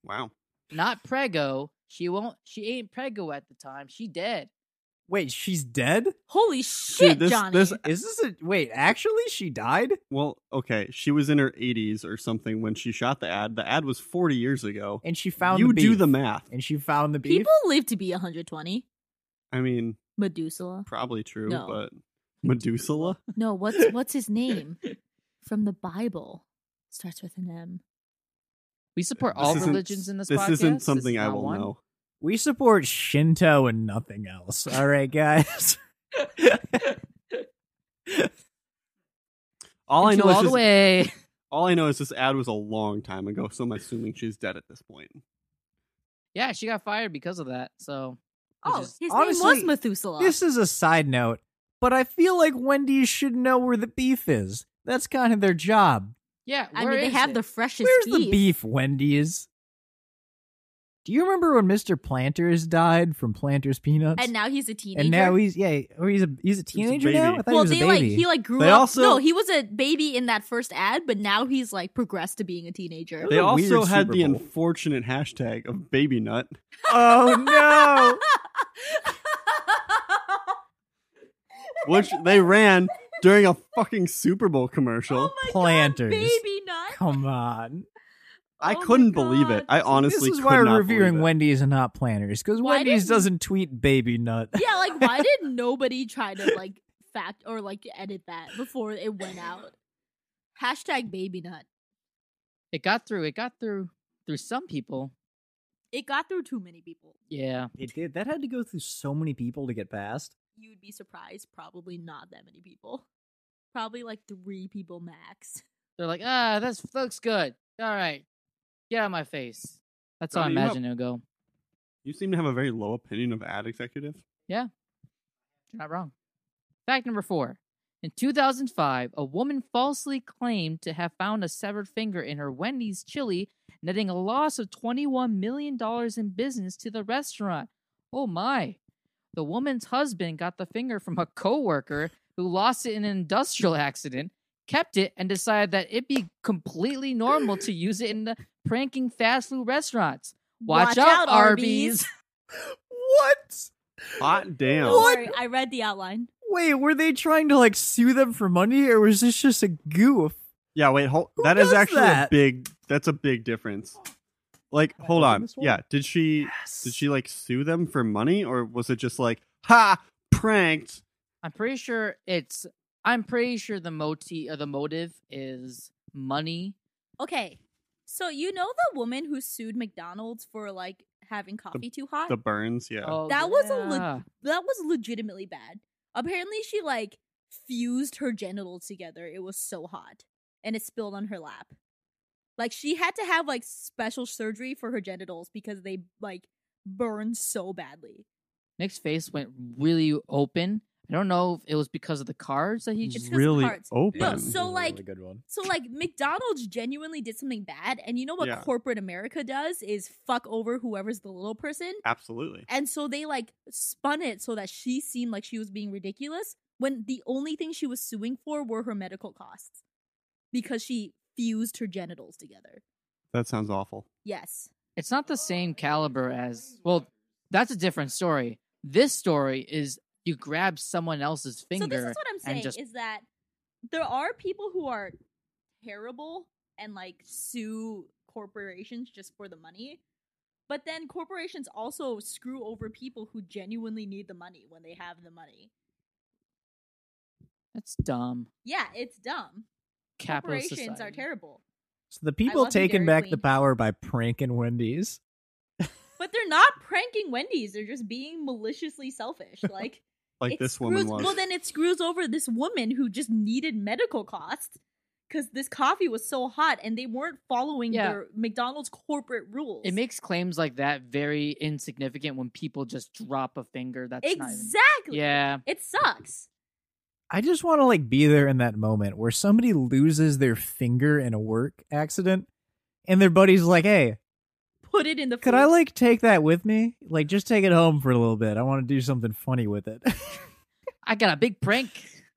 Speaker 3: Wow.
Speaker 1: Not Prego. She won't. She ain't Prego at the time. She dead.
Speaker 4: Wait, she's dead?
Speaker 2: Holy shit,
Speaker 3: this-
Speaker 2: Johnny.
Speaker 3: this-
Speaker 4: Is this a wait? Actually, she died.
Speaker 3: Well, okay, she was in her 80s or something when she shot the ad. The ad was 40 years ago.
Speaker 4: and she found
Speaker 3: you
Speaker 4: the
Speaker 3: do
Speaker 4: beef,
Speaker 3: the math.
Speaker 4: and she found the beef.
Speaker 2: People live to be 120.
Speaker 3: I mean,
Speaker 2: Medusa.
Speaker 3: probably true,
Speaker 2: No.
Speaker 3: but Medusa.
Speaker 2: No, what's what's his name from the Bible? Starts with an M.
Speaker 1: We support
Speaker 3: This
Speaker 1: all
Speaker 3: isn't-
Speaker 1: religions in this,
Speaker 3: This
Speaker 1: podcast.
Speaker 3: isn't
Speaker 1: This is
Speaker 3: something I
Speaker 1: not
Speaker 3: will
Speaker 1: one.
Speaker 3: know.
Speaker 4: We support Shinto and nothing else. All right, guys.
Speaker 3: All I
Speaker 1: Into
Speaker 3: know is
Speaker 1: all the
Speaker 3: this-
Speaker 1: way.
Speaker 3: all I know is this ad was a long time ago, so I'm assuming she's dead at this point.
Speaker 1: Yeah, she got fired because of that. So which
Speaker 2: Oh,
Speaker 1: is-
Speaker 2: his name was
Speaker 4: honestly,
Speaker 2: Methuselah.
Speaker 4: this is a side note, but I feel like Wendy's should know where the beef is. That's kind of their job.
Speaker 1: yeah.
Speaker 2: I
Speaker 1: where
Speaker 2: mean, they
Speaker 1: is
Speaker 2: have
Speaker 1: it?
Speaker 2: the freshest
Speaker 4: Where's
Speaker 2: beef.
Speaker 4: the beef, Wendy's? Do you remember when Mr. Planters died from Planters Peanuts?
Speaker 2: And now he's a teenager.
Speaker 4: And now he's yeah, or he's a he's a teenager now. I
Speaker 3: baby.
Speaker 4: thought
Speaker 2: well,
Speaker 4: he was
Speaker 2: they
Speaker 4: a
Speaker 2: like
Speaker 4: baby.
Speaker 2: he like grew
Speaker 3: They
Speaker 2: up.
Speaker 3: also-
Speaker 2: no, he was a baby in that first ad, but now he's like progressed to being a teenager.
Speaker 3: They
Speaker 4: a weird
Speaker 3: also had
Speaker 4: Super
Speaker 3: the
Speaker 4: Bowl.
Speaker 3: unfortunate hashtag of baby nut.
Speaker 4: oh no!
Speaker 3: which they ran during a fucking Super Bowl commercial.
Speaker 2: oh my
Speaker 4: Planters.
Speaker 2: God, baby nut.
Speaker 4: Come on.
Speaker 3: I
Speaker 2: Oh my
Speaker 3: couldn't believe it.
Speaker 2: God.
Speaker 3: I honestly
Speaker 4: this is
Speaker 3: could
Speaker 4: why
Speaker 3: not
Speaker 4: we're reviewing
Speaker 3: believe it.
Speaker 4: Wendy's and not Planters because
Speaker 2: Why
Speaker 4: Wendy's
Speaker 2: didn't-
Speaker 4: doesn't tweet baby nut.
Speaker 2: yeah, like why did nobody try to like fact or like edit that before it went out? Hashtag baby nut.
Speaker 1: It got through. It got through through some people.
Speaker 2: It got through too many people.
Speaker 1: Yeah.
Speaker 4: It did. That had to go through so many people to get past.
Speaker 2: You'd be surprised. Probably not that many people. Probably like three people max.
Speaker 1: They're like, ah, that's looks good. All right, get out of my face. That's how I
Speaker 3: Johnny, you have-
Speaker 1: imagine it'll go.
Speaker 3: You seem to have a very low opinion of ad executives.
Speaker 1: You're not wrong. Fact number four. In 2005, a woman falsely claimed to have found a severed finger in her Wendy's chili, netting a loss of $21 million in business to the restaurant. Oh my. The woman's husband got the finger from a coworker who lost it in an industrial accident. kept it and decided that it'd be completely normal to use it in the pranking fast food restaurants. Watch, out, Arby's.
Speaker 4: What?
Speaker 3: Hot damn.
Speaker 2: Don't worry, I read the outline.
Speaker 4: Wait, were they trying to like sue them for money, or was this just a goof?
Speaker 3: Yeah, wait, hold,
Speaker 4: Who
Speaker 3: that is
Speaker 4: does
Speaker 3: actually
Speaker 4: that?
Speaker 3: a big that's a big difference. Like, hold
Speaker 4: open
Speaker 3: on.
Speaker 4: this one?
Speaker 3: Yeah, did she did she like sue them for money or was it just like, ha, pranked?
Speaker 1: I'm pretty sure it's. I'm pretty sure the moti or the motive is money.
Speaker 2: Okay, so you know the woman who sued McDonald's for like having coffee too hot?
Speaker 3: The burns, yeah.
Speaker 1: Oh,
Speaker 2: That was a leg-
Speaker 1: yeah.
Speaker 2: that was legitimately bad. Apparently, she like fused her genitals together. It was so hot, and it spilled on her lap. Like she had to have like special surgery for her genitals because they like burned so badly.
Speaker 1: Nick's face went really open. I don't know if it was because of the cards that he
Speaker 2: It's
Speaker 1: just.
Speaker 2: 'cause the
Speaker 3: really
Speaker 2: cards.
Speaker 3: open.
Speaker 2: No, so, like-
Speaker 5: good one.
Speaker 2: So like McDonald's genuinely did something bad, and you know what
Speaker 3: Yeah.
Speaker 2: corporate America does is fuck over whoever's the little person.
Speaker 3: Absolutely.
Speaker 2: And so they like spun it so that she seemed like she was being ridiculous when the only thing she was suing for were her medical costs because she fused her genitals together.
Speaker 3: That sounds awful.
Speaker 2: Yes.
Speaker 1: It's not the same caliber as. Well, that's a different story. This story is you grab someone else's
Speaker 2: so this
Speaker 1: finger.
Speaker 2: is what I'm saying
Speaker 1: just-
Speaker 2: is that there are people who are terrible and like sue corporations just for the money. But then corporations also screw over people who genuinely need the money when they have the money.
Speaker 1: that's dumb.
Speaker 2: Yeah, it's dumb.
Speaker 1: Capitalist
Speaker 2: corporations are
Speaker 1: society.
Speaker 2: terrible.
Speaker 4: So the people
Speaker 2: love you,
Speaker 4: taking
Speaker 2: Dairy
Speaker 4: back the
Speaker 2: Queen.
Speaker 4: power by pranking Wendy's.
Speaker 2: But they're not pranking Wendy's. They're just being maliciously selfish. Like,
Speaker 3: Like
Speaker 2: it
Speaker 3: this
Speaker 2: screws,
Speaker 3: woman was.
Speaker 2: Well, then it screws over this woman who just needed medical costs because this coffee was so hot and they weren't following
Speaker 1: Yeah.
Speaker 2: their McDonald's corporate rules.
Speaker 1: It makes claims like that very insignificant when people just drop a finger. That's Not
Speaker 2: exactly.
Speaker 1: even, yeah.
Speaker 2: It sucks.
Speaker 4: I just want to like be there in that moment where somebody loses their finger in a work accident, and their buddy's like, "Hey,
Speaker 2: Put it in the.
Speaker 4: could
Speaker 2: food.
Speaker 4: I like take that with me? Like, just take it home for a little bit. I want to do something funny with it."
Speaker 1: I got a big prank.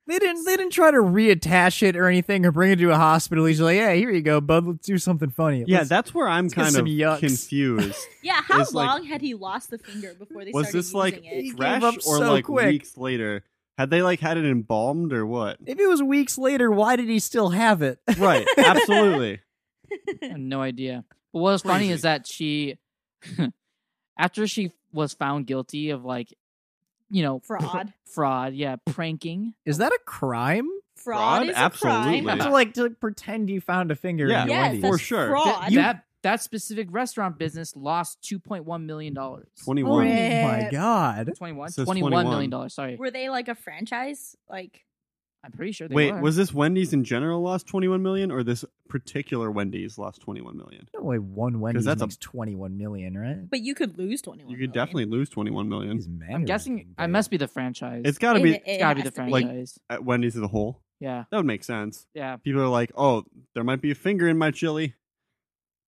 Speaker 4: They didn't. They didn't try to reattach it or anything, or bring it to a hospital. He's like, "Yeah, here you go, bud. Let's do something funny."
Speaker 3: yeah,
Speaker 4: Let's-
Speaker 3: that's where I'm
Speaker 4: let's get
Speaker 3: kind
Speaker 4: some
Speaker 3: of
Speaker 4: yucks.
Speaker 3: confused.
Speaker 2: Yeah. How
Speaker 3: It's like-
Speaker 2: long had he lost the finger before they
Speaker 3: was
Speaker 2: started
Speaker 3: this like
Speaker 2: using it?
Speaker 4: He gave
Speaker 3: fresh
Speaker 4: up
Speaker 3: or
Speaker 4: so
Speaker 3: like
Speaker 4: quick.
Speaker 3: weeks later? Had they like had it embalmed or what?
Speaker 4: if it was weeks later, why did he still have it?
Speaker 3: right, absolutely.
Speaker 1: I have no idea. But what was funny
Speaker 3: Crazy.
Speaker 1: is that she, after she was found guilty of like, you know, pr-
Speaker 2: Fraud.
Speaker 1: fraud, yeah, pranking.
Speaker 4: Is that a crime?
Speaker 2: Fraud,
Speaker 3: Fraud?
Speaker 2: is a
Speaker 3: Absolutely.
Speaker 2: crime.
Speaker 4: to like to like, pretend you found a finger
Speaker 3: Yeah.
Speaker 4: in your
Speaker 2: Yes,
Speaker 4: Wendy's.
Speaker 3: For
Speaker 2: that's
Speaker 3: sure.
Speaker 1: Th-
Speaker 2: Fraud.
Speaker 1: that that specific restaurant business lost two point one million dollars.
Speaker 3: Twenty
Speaker 4: Oh
Speaker 3: one.
Speaker 4: my
Speaker 2: Rip.
Speaker 4: god!
Speaker 1: 21
Speaker 3: It says
Speaker 1: 21 million
Speaker 3: 21.
Speaker 1: dollars. Sorry,
Speaker 2: Were they like a franchise? Like
Speaker 1: I'm pretty sure. They
Speaker 3: Wait,
Speaker 1: were.
Speaker 3: was this Wendy's in general lost 21 million or this particular Wendy's lost 21 million?
Speaker 4: No way, one Wendy's
Speaker 3: that's a-
Speaker 4: makes twenty-one million, right?
Speaker 2: But you could lose 21.
Speaker 3: You could definitely lose 21 million.
Speaker 4: These
Speaker 1: I'm
Speaker 4: mannerisms,
Speaker 1: guessing I
Speaker 4: babe.
Speaker 1: must be the franchise.
Speaker 3: It's got to be
Speaker 1: it's gotta be the
Speaker 3: Like-
Speaker 1: franchise.
Speaker 3: at Wendy's as a whole.
Speaker 1: yeah,
Speaker 3: That would make sense.
Speaker 1: yeah.
Speaker 3: People are like, "Oh, there might be a finger in my chili."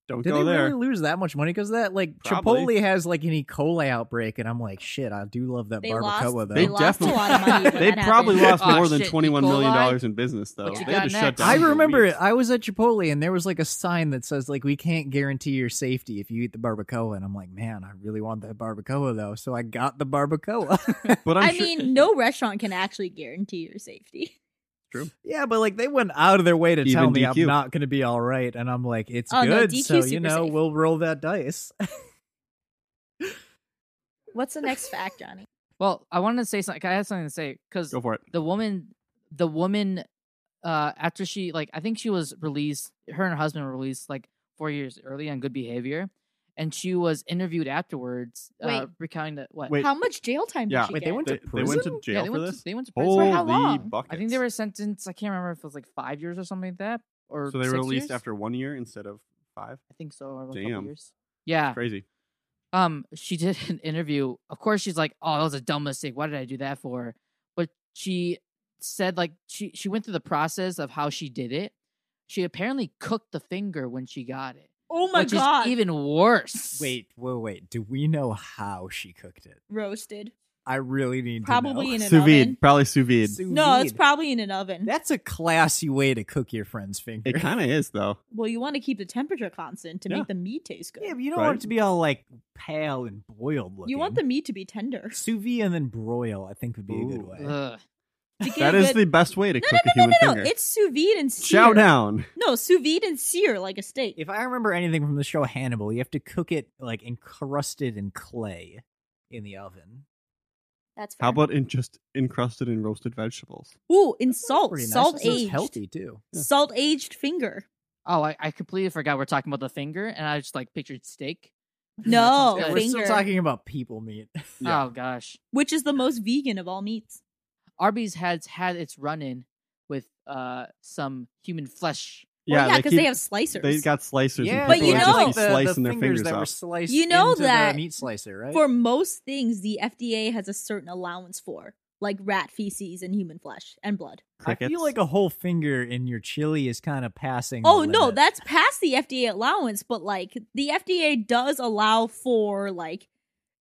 Speaker 3: Don't
Speaker 4: Did
Speaker 3: go
Speaker 4: they
Speaker 3: there.
Speaker 4: really lose that much money? Because that like
Speaker 3: Probably.
Speaker 4: Chipotle has like an E. coli outbrook, and I'm like, shit, I do love that
Speaker 2: They
Speaker 4: barbacoa
Speaker 2: lost-
Speaker 4: though.
Speaker 3: They
Speaker 2: lost
Speaker 3: definitely
Speaker 2: a lot of money when
Speaker 3: They
Speaker 2: that
Speaker 3: probably
Speaker 2: happened.
Speaker 3: lost
Speaker 1: Aw,
Speaker 3: more than
Speaker 1: shit, E.
Speaker 3: 21 million
Speaker 1: coli?
Speaker 3: dollars in business though.
Speaker 1: What
Speaker 3: They
Speaker 1: you
Speaker 3: had to
Speaker 1: got
Speaker 3: shut
Speaker 1: next?
Speaker 3: down.
Speaker 4: I
Speaker 3: for
Speaker 4: remember
Speaker 3: weeks.
Speaker 4: I was at Chipotle and there was like a sign that says like we can't guarantee your safety if you eat the barbacoa and I'm like man I really want that barbacoa though so I got the barbacoa
Speaker 3: But I'm
Speaker 2: I
Speaker 3: sure-
Speaker 2: mean, no restaurant can actually guarantee your safety.
Speaker 4: yeah but like they went out of their way to
Speaker 3: Even
Speaker 4: tell me I'm
Speaker 3: DQ.
Speaker 4: not gonna be all right and I'm like it's
Speaker 2: Oh, no,
Speaker 4: good
Speaker 2: DQ
Speaker 4: so
Speaker 2: is
Speaker 4: you
Speaker 2: super
Speaker 4: know
Speaker 2: safe.
Speaker 4: we'll roll that dice
Speaker 2: What's the next fact, Johnny?
Speaker 1: Well, I wanted to say something. I had something to say because
Speaker 3: go for it.
Speaker 1: the woman the woman uh after she like i think she was released her and her husband were released like four years early on good behavior and she was interviewed afterwards uh
Speaker 2: Wait.
Speaker 1: recounting that what
Speaker 3: Wait.
Speaker 2: How much jail time
Speaker 3: Yeah.
Speaker 2: did she
Speaker 4: Wait,
Speaker 2: get?
Speaker 4: they went to
Speaker 3: They, they went to
Speaker 4: prison?
Speaker 1: yeah,
Speaker 3: jail
Speaker 1: they
Speaker 3: for
Speaker 1: went to-
Speaker 3: this.
Speaker 1: they went to prison
Speaker 3: Holy
Speaker 2: For how long?
Speaker 3: buckets!
Speaker 1: i think they were sentenced i can't remember if it was like five years or something like that or
Speaker 3: so they
Speaker 1: six
Speaker 3: were released
Speaker 1: years?
Speaker 3: after one year instead of five.
Speaker 1: i think so or a couple
Speaker 3: Damn.
Speaker 1: years yeah
Speaker 3: Crazy.
Speaker 1: um she did an interview of course she's like oh that was a dumb mistake why did i do that for but she said like she she went through the process of how she did it she apparently cooked the finger when she got it
Speaker 2: Oh my
Speaker 1: which
Speaker 2: god!
Speaker 1: is even worse
Speaker 4: wait whoa wait do we know how she cooked it
Speaker 2: roasted.
Speaker 4: I really need
Speaker 2: Probably
Speaker 4: to
Speaker 2: in
Speaker 4: know.
Speaker 2: an
Speaker 3: Sous vide,
Speaker 2: oven.
Speaker 3: probably sous vide.
Speaker 4: Sous
Speaker 2: No, it's
Speaker 4: vide.
Speaker 2: probably in an oven.
Speaker 4: That's a classy way to cook your friend's finger.
Speaker 3: It kind of is though.
Speaker 2: well, you want to keep the temperature constant to
Speaker 3: Yeah.
Speaker 2: make the meat taste good.
Speaker 4: yeah, but you don't
Speaker 3: Right?
Speaker 4: want it to be all like pale and boiled looking.
Speaker 2: you want the meat to be tender.
Speaker 4: sous vide and then broil. I think would be a good
Speaker 3: Ooh.
Speaker 4: way.
Speaker 1: Ugh.
Speaker 2: To get
Speaker 3: That
Speaker 2: a
Speaker 3: is
Speaker 2: good-
Speaker 3: the best way to
Speaker 2: no, no,
Speaker 3: cook
Speaker 2: no,
Speaker 3: a
Speaker 2: no,
Speaker 3: human
Speaker 2: no, no.
Speaker 3: finger.
Speaker 2: It's sous vide and sear.
Speaker 3: Chow down.
Speaker 2: No, sous vide and sear like a steak.
Speaker 4: If I remember anything from the show Hannibal, you have to cook it like encrusted in clay in the oven.
Speaker 2: That's fair.
Speaker 3: How about in just encrusted in roasted vegetables?
Speaker 2: ooh in salt,
Speaker 4: Pretty nice.
Speaker 2: salt
Speaker 4: That sounds
Speaker 2: aged,
Speaker 4: healthy too.
Speaker 2: salt aged finger.
Speaker 1: Oh, I, I completely forgot we're talking about the finger, and I just like pictured steak.
Speaker 2: No,
Speaker 1: Yeah,
Speaker 4: Yeah,
Speaker 1: good.
Speaker 4: we're still
Speaker 2: finger,
Speaker 4: talking about people meat.
Speaker 3: Yeah.
Speaker 1: Oh gosh,
Speaker 2: which is the most vegan of all meats.
Speaker 1: Arby's has had its run in with uh some human flesh.
Speaker 2: Well, yeah,
Speaker 3: they
Speaker 2: because
Speaker 3: keep-
Speaker 2: they, have slicers.
Speaker 3: They got slicers.
Speaker 4: Yeah,
Speaker 3: and
Speaker 2: But
Speaker 3: people
Speaker 2: you
Speaker 3: would
Speaker 2: know-
Speaker 3: just be slicing their fingers,
Speaker 4: that were
Speaker 3: off.
Speaker 4: sliced.
Speaker 2: You know
Speaker 4: into
Speaker 2: that
Speaker 4: the meat slicer, right?
Speaker 2: For most things, the FDA has a certain allowance for, like rat feces and human flesh and blood.
Speaker 4: I
Speaker 3: Crickets.
Speaker 4: feel like a whole finger in your chili is kind of passing. the
Speaker 2: Oh no,
Speaker 4: limit.
Speaker 2: that's past the FDA allowance, but like the FDA does allow for like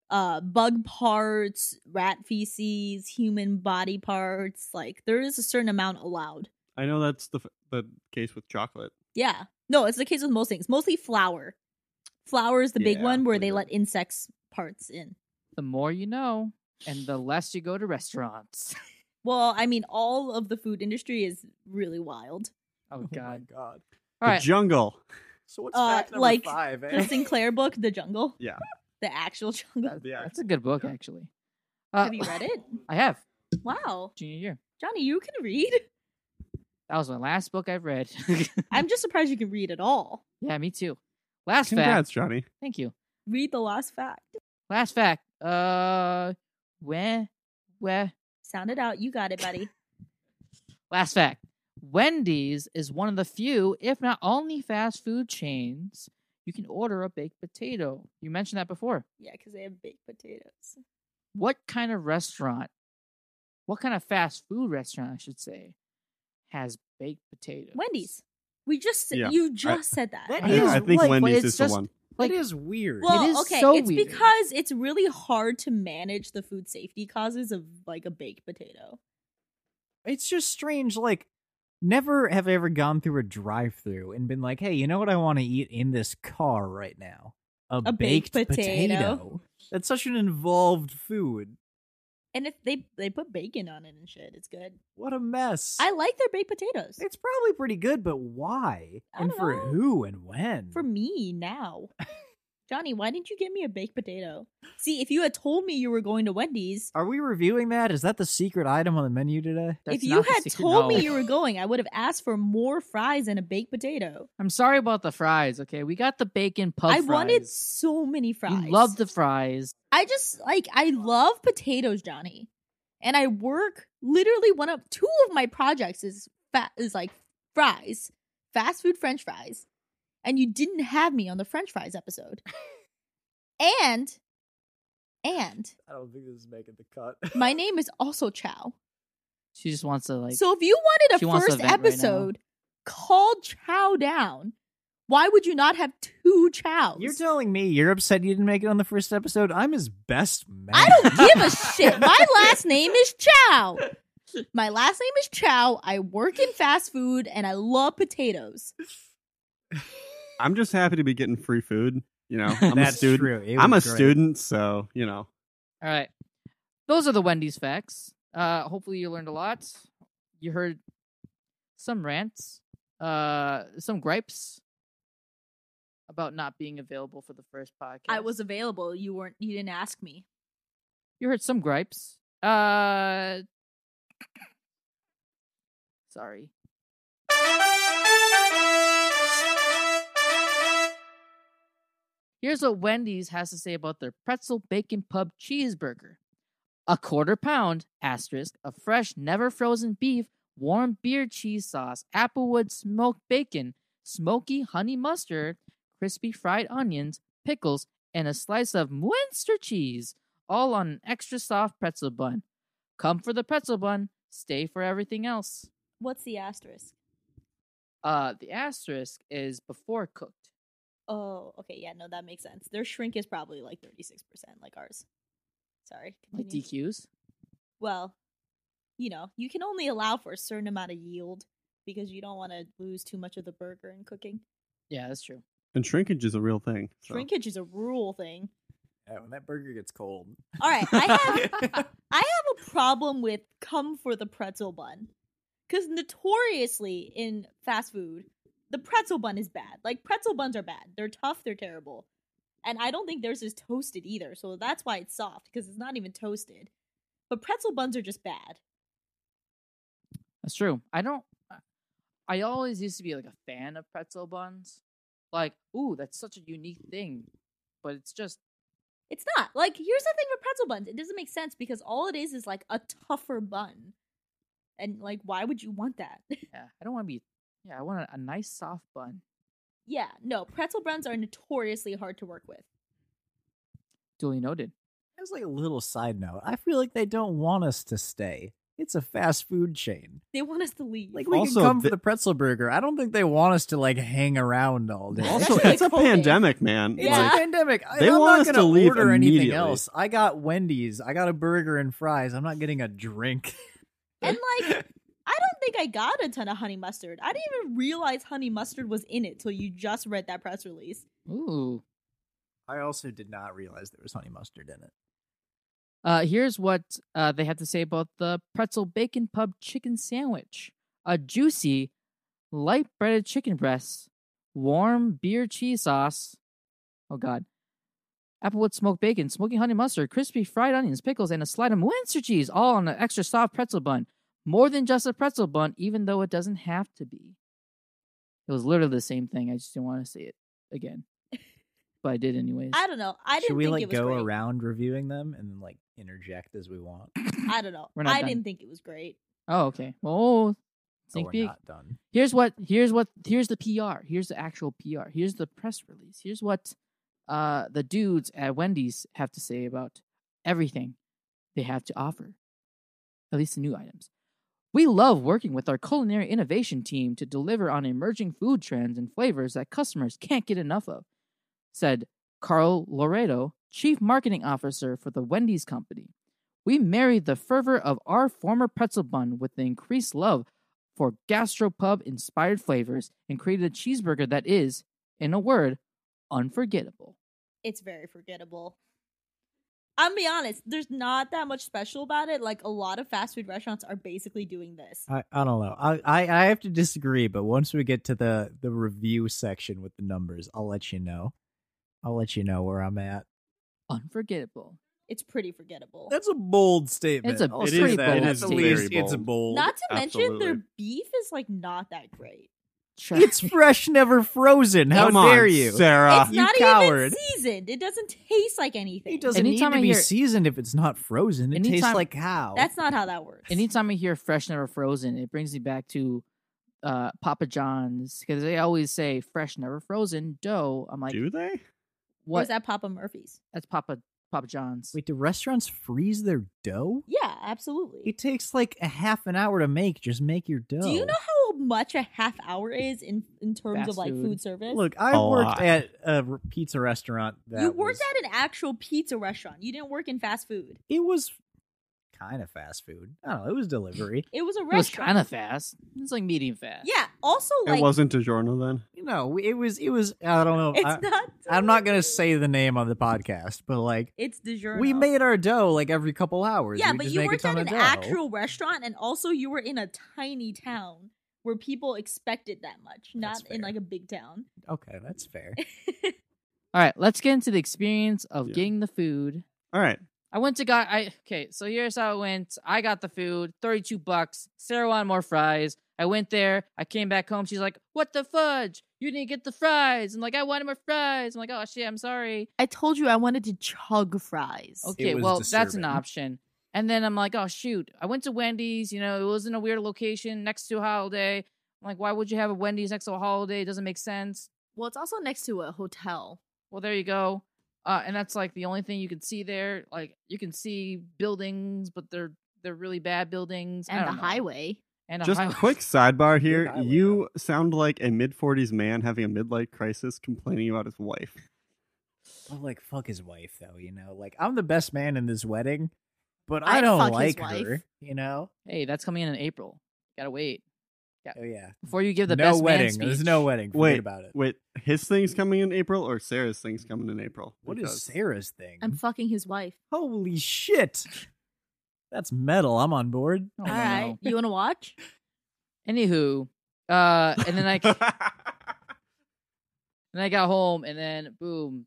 Speaker 2: uh bug parts, rat feces, human body parts, like there is a certain amount allowed.
Speaker 3: I know that's the f- the case with chocolate.
Speaker 2: Yeah. No, it's the case with most things. Mostly flour. Flour is the big
Speaker 3: Yeah,
Speaker 2: one where they
Speaker 3: believe
Speaker 2: let insects parts in.
Speaker 1: The more you know, and the less you go to restaurants.
Speaker 2: Well, I mean all of the food industry is really wild.
Speaker 1: Oh
Speaker 4: Oh my
Speaker 1: god.
Speaker 4: god.
Speaker 1: All
Speaker 3: the
Speaker 1: right.
Speaker 3: jungle.
Speaker 4: So what's
Speaker 2: Uh,
Speaker 4: fact number
Speaker 2: like,
Speaker 4: five?
Speaker 2: The
Speaker 4: Eh?
Speaker 2: Sinclair book, The Jungle.
Speaker 3: Yeah.
Speaker 2: The actual jungle.
Speaker 3: Yeah.
Speaker 1: That's a good book, actually. Uh,
Speaker 2: Have you read it?
Speaker 1: I have.
Speaker 2: Wow.
Speaker 1: Junior year.
Speaker 2: Johnny, you can read.
Speaker 1: That was my last book I've read.
Speaker 2: I'm just surprised you can read at all.
Speaker 1: yeah, me too. Last fact.
Speaker 3: Congrats, Johnny.
Speaker 1: Thank you.
Speaker 2: Read the last fact.
Speaker 1: Last fact. Uh, when, where?
Speaker 2: Sound it out. You got it, buddy.
Speaker 1: Last fact. Wendy's is one of the few, if not only, fast food chains you can order a baked potato. You mentioned that before.
Speaker 2: yeah, because they have baked potatoes.
Speaker 1: What kind of restaurant? What kind of fast food restaurant, I should say, has baked potatoes?
Speaker 2: Wendy's. We just
Speaker 3: Yeah,
Speaker 2: you just said that.
Speaker 4: That
Speaker 1: I-
Speaker 4: is
Speaker 3: I, I think
Speaker 4: like,
Speaker 3: Wendy's
Speaker 1: it's
Speaker 3: is the
Speaker 1: just-
Speaker 3: one.
Speaker 1: like-
Speaker 4: that is weird.
Speaker 2: Well,
Speaker 1: is
Speaker 2: okay,
Speaker 1: so
Speaker 2: it's
Speaker 1: weird.
Speaker 2: because it's really hard to manage the food safety causes of like a baked potato.
Speaker 4: it's just strange. Like, never have I ever gone through a drive-through and been like, "Hey, you know what I want to eat in this car right now? A,
Speaker 2: A baked potato."
Speaker 4: That's such an involved food.
Speaker 2: And if they they put bacon on it and shit, it's good.
Speaker 4: What a mess.
Speaker 2: I like their baked potatoes.
Speaker 4: It's probably pretty good, but why?
Speaker 2: I
Speaker 4: And
Speaker 2: don't
Speaker 4: for
Speaker 2: know.
Speaker 4: who and when?
Speaker 2: For me now. Johnny, why didn't you get me a baked potato? See, if you had told me you were going to Wendy's,
Speaker 4: Are we reviewing that? Is that the secret item on the menu today?
Speaker 1: That's
Speaker 2: if you
Speaker 1: not the
Speaker 2: had
Speaker 1: secret-
Speaker 2: told
Speaker 1: no.
Speaker 2: me you were going, I would have asked for more fries and a baked potato.
Speaker 1: I'm sorry about the fries. Okay, we got the bacon pub.
Speaker 2: I wanted
Speaker 1: fries.
Speaker 2: so many fries.
Speaker 1: You love the fries.
Speaker 2: I just like I love potatoes, Johnny, and I work literally one of two of my projects is fat is like fries, fast food French fries, and you didn't have me on the French fries episode, and and
Speaker 4: I don't think this is making the cut.
Speaker 2: my name is also Chow.
Speaker 1: She just wants to like.
Speaker 2: so if you wanted
Speaker 1: she
Speaker 2: a
Speaker 1: wants to
Speaker 2: first
Speaker 1: vent right now.
Speaker 2: episode called Chow Down, why would you not have two Chows?
Speaker 4: You're telling me you're upset you didn't make it on the first episode? I'm his best man.
Speaker 2: I don't give a shit. My last name is Chow. My last name is Chow. I work in fast food and I love potatoes.
Speaker 3: I'm just happy to be getting free food. You know, I'm
Speaker 4: That's
Speaker 3: a student.
Speaker 4: true. It
Speaker 3: I'm a
Speaker 4: was great.
Speaker 3: student, so you know.
Speaker 1: All right. Those are the Wendy's facts. Uh hopefully you learned a lot. You heard some rants, uh some gripes about not being available for the first podcast.
Speaker 2: I was available. You weren't you didn't ask me.
Speaker 1: You heard some gripes. Uh Sorry. Here's what Wendy's has to say about their pretzel bacon pub cheeseburger. A quarter pound, asterisk, of fresh, never frozen beef, warm beer cheese sauce, applewood smoked bacon, smoky honey mustard, crispy fried onions, pickles, and a slice of Munster cheese, all on an extra soft pretzel bun. Come for the pretzel bun, stay for everything else.
Speaker 2: What's the asterisk?
Speaker 1: Uh, the asterisk is before cooked.
Speaker 2: Oh, okay, yeah, no, that makes sense. Their shrink is probably like 36% like ours. Sorry.
Speaker 1: Like
Speaker 2: continue.
Speaker 1: DQs.
Speaker 2: well, you know, you can only allow for a certain amount of yield because you don't want to lose too much of the burger in cooking.
Speaker 1: Yeah, that's true.
Speaker 3: And shrinkage is a real thing. so-
Speaker 2: Shrinkage is a rural thing.
Speaker 4: Yeah, when that burger gets cold.
Speaker 2: All right, I have I have a problem with come for the pretzel bun. Cuz notoriously in fast food, the pretzel bun is bad. Like pretzel buns are bad. They're tough, they're terrible. And I don't think theirs is toasted either. So that's why it's soft cuz it's not even toasted. But pretzel buns are just bad.
Speaker 1: That's true. I don't. uh, I always used to be like a fan of pretzel buns. Like, ooh, that's such a unique thing, but it's just
Speaker 2: It's not. Like, here's the thing with pretzel buns. It doesn't make sense because all it is is like a tougher bun. And like, why would you want that?
Speaker 1: yeah. I don't want to be. Yeah, I want a, a nice soft bun.
Speaker 2: yeah, no, pretzel buns are notoriously hard to work with.
Speaker 1: Duly noted.
Speaker 4: As like a little side note, I feel like they don't want us to stay. It's a fast food chain.
Speaker 2: They want us to leave.
Speaker 4: Like we
Speaker 3: Also,
Speaker 4: can come
Speaker 3: the-
Speaker 4: for the pretzel burger. I don't think they want us to like hang around all day.
Speaker 3: Also,
Speaker 2: That's
Speaker 3: it's a
Speaker 2: like COVID.
Speaker 3: pandemic, man.
Speaker 4: It's
Speaker 2: Yeah.
Speaker 4: a pandemic. I,
Speaker 3: They
Speaker 4: am
Speaker 3: want
Speaker 4: not
Speaker 3: us
Speaker 4: gonna
Speaker 3: to leave
Speaker 4: order anything
Speaker 3: immediately.
Speaker 4: else. I got Wendy's. I got a burger and fries. I'm not getting a drink.
Speaker 2: and like, I don't think I got a ton of honey mustard. I didn't even realize honey mustard was in it till you just read that press release.
Speaker 1: Ooh.
Speaker 4: I also did not realize there was honey mustard in it.
Speaker 1: Uh, here's what uh, they have to say about the pretzel bacon pub chicken sandwich: a juicy, light breaded chicken breast, warm beer cheese sauce. Oh God. Applewood smoked bacon, smoky honey mustard, crispy fried onions, pickles, and a slide of Munster cheese, all on an extra soft pretzel bun. More than just a pretzel bun, even though it doesn't have to be. It was literally the same thing. I just didn't want to say it again, but I did anyways.
Speaker 2: I don't know. I didn't
Speaker 4: Should we
Speaker 2: think
Speaker 4: like
Speaker 2: it was
Speaker 4: go
Speaker 2: great.
Speaker 4: around reviewing them and then like interject as we want?
Speaker 2: I don't know.
Speaker 1: We're not
Speaker 2: I
Speaker 1: done.
Speaker 2: didn't think it was great.
Speaker 1: Oh, okay. Oh,
Speaker 4: So
Speaker 1: sneak
Speaker 4: we're
Speaker 1: peek.
Speaker 4: not done.
Speaker 1: Here's what. Here's what. Here's the PR. Here's the actual PR. Here's the press release. Here's what uh, the dudes at Wendy's have to say about everything they have to offer. At least the new items. We love working with our culinary innovation team to deliver on emerging food trends and flavors that customers can't get enough of," said Carl Loredo, chief marketing officer for the Wendy's company. We married the fervor of our former pretzel bun with the increased love for gastropub inspired flavors and created a cheeseburger that is, in a word, unforgettable.
Speaker 2: it's very forgettable. I'm be honest, there's not that much special about it. Like a lot of fast food restaurants are basically doing this.
Speaker 4: I, I don't know. I, I I have to disagree, but once we get to the the review section with the numbers, I'll let you know. I'll let you know where I'm at.
Speaker 1: Unforgettable.
Speaker 2: It's pretty forgettable.
Speaker 4: That's a bold statement.
Speaker 1: It's a
Speaker 4: I'll
Speaker 1: It
Speaker 4: say
Speaker 1: is-
Speaker 4: that.
Speaker 1: it
Speaker 4: At
Speaker 1: is
Speaker 4: the
Speaker 1: very
Speaker 4: least, It's
Speaker 3: bold.
Speaker 4: bold.
Speaker 2: Not to mention their
Speaker 3: absolutely.
Speaker 2: beef is like not that great.
Speaker 1: Tra-
Speaker 4: it's fresh, never frozen. How
Speaker 3: Come on,
Speaker 4: dare you?
Speaker 3: Sarah?
Speaker 2: it's
Speaker 4: Ah, you
Speaker 2: not
Speaker 4: coward.
Speaker 2: even seasoned. It doesn't taste like anything.
Speaker 4: It doesn't
Speaker 1: Anytime
Speaker 4: need
Speaker 1: I
Speaker 4: to be
Speaker 1: hear-
Speaker 4: seasoned if it's not frozen. It tastes
Speaker 1: Anytime-
Speaker 4: like how.
Speaker 2: That's not how that works.
Speaker 1: Anytime I hear fresh, never frozen, it brings me back to uh, Papa John's because they always say fresh, never frozen dough. I'm like,
Speaker 3: Do they?
Speaker 2: Or is
Speaker 1: what?
Speaker 2: that Papa Murphy's?
Speaker 1: That's Papa Papa John's.
Speaker 4: Wait, do restaurants freeze their dough?
Speaker 2: Yeah, absolutely.
Speaker 4: It takes like a half an hour to make. Just make your dough.
Speaker 2: Do you know how much a half hour is in in terms
Speaker 1: Fast
Speaker 2: of like
Speaker 1: food.
Speaker 2: food service?
Speaker 4: Look, I
Speaker 3: A
Speaker 4: worked
Speaker 3: lot.
Speaker 4: at a r- pizza restaurant. That
Speaker 2: you
Speaker 4: was,
Speaker 2: worked at an actual pizza restaurant. You didn't work in fast food.
Speaker 4: It was kind of fast food. I don't know. It was delivery.
Speaker 2: It was a
Speaker 1: it was
Speaker 2: restaurant.
Speaker 1: kind of fast. It's like medium fast.
Speaker 2: Yeah. Also, like
Speaker 3: it wasn't DiGiorno then.
Speaker 4: you know, it was. It was. I don't know.
Speaker 2: it's
Speaker 4: I,
Speaker 2: not.
Speaker 4: I'm not gonna say the name on the podcast, but like
Speaker 2: It's DiGiorno.
Speaker 4: we made our dough like every couple hours.
Speaker 2: Yeah,
Speaker 4: We
Speaker 2: but
Speaker 4: just
Speaker 2: you
Speaker 4: make a
Speaker 2: worked at
Speaker 4: ton
Speaker 2: an
Speaker 4: of dough.
Speaker 2: actual restaurant, and also you were in a tiny town where people expected that much, not
Speaker 4: That's
Speaker 2: in
Speaker 4: fair.
Speaker 2: like a big town.
Speaker 4: Okay, that's fair.
Speaker 1: All right, let's get into the experience of
Speaker 3: Yeah.
Speaker 1: getting the food.
Speaker 3: All right.
Speaker 1: I went to got I okay, so here's how it went. I got the food, 32 bucks. Sarah wanted more fries. I went there, I came back home, she's like, What the fudge? You didn't get the fries. And like, I wanted more fries. I'm like, oh shit, I'm sorry.
Speaker 2: I told you I wanted to chug fries.
Speaker 1: Okay,
Speaker 4: was
Speaker 1: well, that's an
Speaker 4: disturbing.
Speaker 1: option. And then I'm like, oh shoot. I went to Wendy's, you know, it was in a weird location next to a holiday. I'm like, why would you have a Wendy's next to a holiday? It doesn't make sense.
Speaker 2: Well, it's also next to a hotel.
Speaker 1: well there you go uh, and that's like the only thing you can see there like you can see buildings but they're they're really bad buildings I don't know. and a
Speaker 3: Just
Speaker 1: highway
Speaker 3: quick sidebar here.
Speaker 4: highway,
Speaker 3: You sound like a mid 40s man having a midlife crisis complaining about his wife.
Speaker 4: But like, fuck his wife though. You know, like I'm the best man in this wedding, but I
Speaker 2: I'd
Speaker 4: don't
Speaker 2: fuck his
Speaker 4: like
Speaker 2: wife.
Speaker 4: her. You know?
Speaker 1: Hey, that's coming in in April. Gotta wait
Speaker 4: Oh yeah.
Speaker 1: before you give the
Speaker 4: no
Speaker 1: best man
Speaker 4: wedding. There's
Speaker 1: speech.
Speaker 4: no wedding. Forget
Speaker 3: Wait.
Speaker 4: about it.
Speaker 3: Wait, his thing's coming in April or Sarah's thing's coming in April?
Speaker 4: What is
Speaker 3: Because-
Speaker 4: Sarah's thing?
Speaker 2: I'm fucking his wife.
Speaker 4: Holy shit. That's metal. I'm on board.
Speaker 1: Oh,
Speaker 2: All
Speaker 1: no,
Speaker 2: right,
Speaker 1: no.
Speaker 2: you want to watch?
Speaker 1: Anywho, uh, and then I then I got home, and then boom,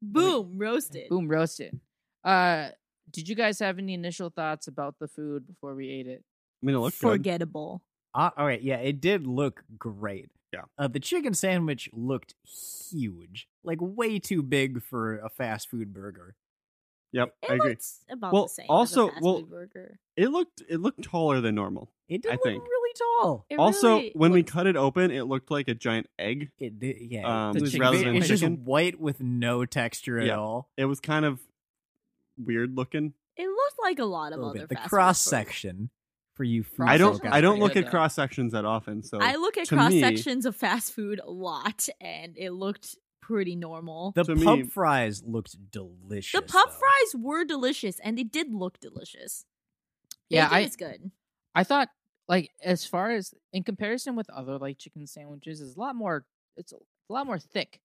Speaker 2: Boom, roasted.
Speaker 1: boom, roasted. Uh, did you guys have any initial thoughts about the food before we ate it?
Speaker 3: I mean, it looked good.
Speaker 2: Forgettable.
Speaker 4: Uh, all right, yeah, it did look great.
Speaker 3: Yeah.
Speaker 4: Uh, the chicken sandwich looked huge, like way too big for a fast food burger.
Speaker 3: Yep,
Speaker 2: It
Speaker 3: I agree.
Speaker 2: looks about
Speaker 3: Well,
Speaker 2: the same.
Speaker 3: also-
Speaker 2: as a fast
Speaker 3: well,
Speaker 2: food burger.
Speaker 3: It looked it looked taller than normal.
Speaker 4: It did
Speaker 3: I
Speaker 4: look
Speaker 3: think.
Speaker 4: really tall.
Speaker 2: It
Speaker 3: also,
Speaker 2: really
Speaker 3: when we
Speaker 2: looks-
Speaker 3: cut it open, it looked like a giant egg.
Speaker 4: It did, yeah.
Speaker 3: Um,
Speaker 4: it
Speaker 1: The
Speaker 4: was
Speaker 1: chicken
Speaker 4: rather
Speaker 1: sandwich.
Speaker 4: it's just
Speaker 3: chicken?
Speaker 4: white with no texture at
Speaker 3: Yeah.
Speaker 4: all.
Speaker 3: It was kind of weird looking.
Speaker 2: it looked like a lot
Speaker 4: A
Speaker 2: of
Speaker 4: little
Speaker 2: other
Speaker 4: bit. Oh, The
Speaker 2: fast food
Speaker 4: cross
Speaker 2: burgers.
Speaker 4: section for you. Food
Speaker 1: Cross
Speaker 3: I don't
Speaker 1: section's
Speaker 3: I don't
Speaker 1: pretty
Speaker 3: look
Speaker 1: good,
Speaker 3: at
Speaker 1: though.
Speaker 3: cross sections that often, so
Speaker 2: I look at
Speaker 3: to
Speaker 2: cross
Speaker 3: me-
Speaker 2: sections of fast food a lot, and it looked pretty normal. The,
Speaker 4: The
Speaker 3: To
Speaker 4: pub
Speaker 3: me-
Speaker 4: fries looked delicious.
Speaker 2: pub
Speaker 4: though.
Speaker 2: fries were delicious, and they did look delicious.
Speaker 1: Yeah,
Speaker 2: Bacon
Speaker 1: I
Speaker 2: is good.
Speaker 1: I thought like as far as in comparison with other like chicken sandwiches, it's a lot more. It's a lot more thick.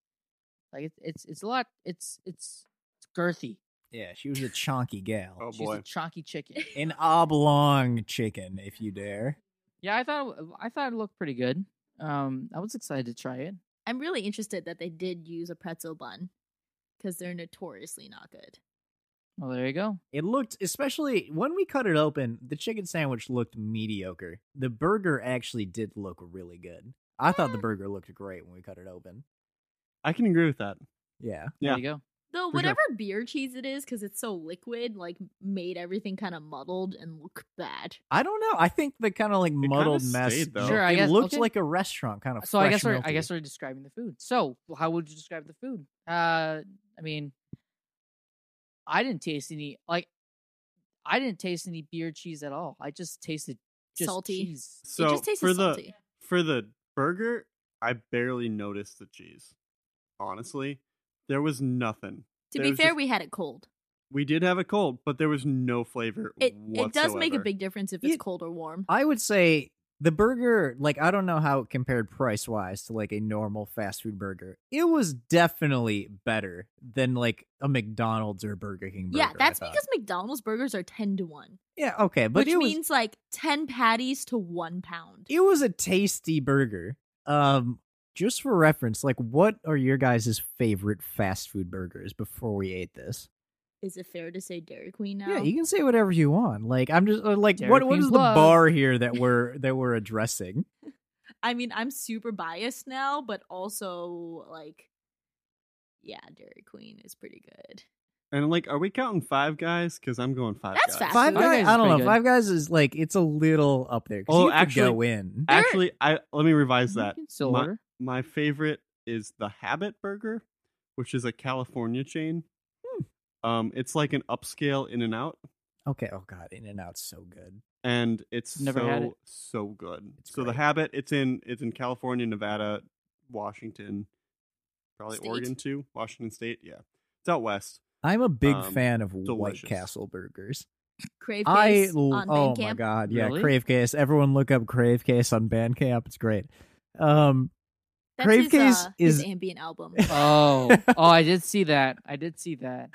Speaker 1: Like it's it's it's a lot. It's it's, it's girthy.
Speaker 4: Yeah, she was a chonky gal.
Speaker 3: Oh
Speaker 1: It's just
Speaker 3: boy.
Speaker 1: a chunky chicken.
Speaker 4: An oblong chicken, if you dare.
Speaker 1: Yeah, I thought it- I thought it looked pretty good. Um, I was excited to try it.
Speaker 2: I'm really interested that they did use a pretzel bun because they're notoriously not good.
Speaker 1: Well, there you go.
Speaker 4: It looked, especially when we cut it open, the chicken sandwich looked mediocre. The burger actually did look really good. I thought
Speaker 2: Eh.
Speaker 4: the burger looked great when we cut it open.
Speaker 3: I can agree with that.
Speaker 4: Yeah.
Speaker 1: There
Speaker 3: Yeah.
Speaker 1: you go.
Speaker 2: Though
Speaker 3: For sure.
Speaker 2: whatever beer cheese it is, because it's so liquid, like made everything kind of muddled and look bad.
Speaker 4: I don't know. I think the kind of like
Speaker 3: kinda
Speaker 4: muddled mess.
Speaker 3: stayed, though.
Speaker 1: Sure, I
Speaker 4: it
Speaker 1: guess-
Speaker 4: looked
Speaker 1: okay.
Speaker 4: like a restaurant kind of.
Speaker 1: So I
Speaker 4: fresh
Speaker 1: guess we're I
Speaker 4: milky.
Speaker 1: guess we're describing the food. So how would you describe the food? Uh, I mean, I didn't taste any like I didn't taste any beer cheese at all. I just tasted just
Speaker 2: Salty.
Speaker 1: cheese.
Speaker 3: So
Speaker 2: it just tasted
Speaker 3: for the
Speaker 2: salty.
Speaker 3: for the burger, I barely noticed the cheese. Honestly, there was nothing.
Speaker 2: To
Speaker 3: there
Speaker 2: be
Speaker 3: was
Speaker 2: fair,
Speaker 3: just-
Speaker 2: we had it cold.
Speaker 3: We did have a cold, but there was no flavor.
Speaker 2: It it does make a
Speaker 3: whatsoever.
Speaker 2: big difference if it's
Speaker 4: Yeah.
Speaker 2: cold or warm.
Speaker 4: I would say the burger, like I don't know how it compared price wise to like a normal fast food burger. It was definitely better than like a McDonald's or Burger King burger.
Speaker 2: yeah,
Speaker 4: I
Speaker 2: that's
Speaker 4: thought.
Speaker 2: because McDonald's burgers are ten to one,
Speaker 4: Yeah, okay, but
Speaker 2: which
Speaker 4: it was
Speaker 2: means like ten patties to one pound.
Speaker 4: it was a tasty burger. Um, just for reference, like, what are your guys' favorite fast food burgers before we ate this?
Speaker 2: Is it fair to say Dairy Queen now?
Speaker 4: Yeah, you can say whatever you want. Like, I'm just uh, like, what
Speaker 1: Dairy
Speaker 4: what
Speaker 1: Queen
Speaker 4: is
Speaker 1: Plus.
Speaker 4: the bar here that we're that we're addressing?
Speaker 2: I mean, I'm super biased now, but also like, yeah, Dairy Queen is pretty good.
Speaker 3: And like, are we counting Five Guys? Because I'm going Five
Speaker 2: That's
Speaker 3: Guys.
Speaker 2: fast.
Speaker 4: Five
Speaker 1: Five Guys
Speaker 4: Guys,
Speaker 1: is
Speaker 4: I don't know.
Speaker 1: pretty good.
Speaker 4: Five Guys is like it's a little up there. 'cause
Speaker 3: Oh,
Speaker 4: you could
Speaker 3: actually-
Speaker 4: go in.
Speaker 2: They're-
Speaker 3: Actually, I let me revise that.
Speaker 1: Still
Speaker 3: My-
Speaker 1: order.
Speaker 3: My favorite is the Habit Burger, which is a California chain.
Speaker 2: Hmm.
Speaker 3: Um, it's like an upscale In and Out,
Speaker 4: Okay. Oh God, In and Out's so good.
Speaker 3: and it's
Speaker 1: Never
Speaker 3: so
Speaker 1: had it.
Speaker 3: so good.
Speaker 4: It's
Speaker 3: so
Speaker 4: great.
Speaker 3: the Habit, it's in it's in California, Nevada, Washington, probably
Speaker 2: State.
Speaker 3: Oregon too. Washington State, yeah, it's out west.
Speaker 4: I'm a big
Speaker 3: Um,
Speaker 4: fan of White
Speaker 3: delicious.
Speaker 4: Castle burgers.
Speaker 2: Crave
Speaker 4: I
Speaker 2: Case
Speaker 4: l-
Speaker 2: on
Speaker 4: oh my
Speaker 2: Bandcamp.
Speaker 4: god, yeah,
Speaker 1: Really?
Speaker 4: Crave Case. Everyone look up Crave Case on Bandcamp. It's great. Um,
Speaker 2: That's
Speaker 4: Crave
Speaker 2: his,
Speaker 4: Case
Speaker 2: uh, his
Speaker 4: is-
Speaker 2: ambient album.
Speaker 1: Oh, oh, I did see that. I did see that.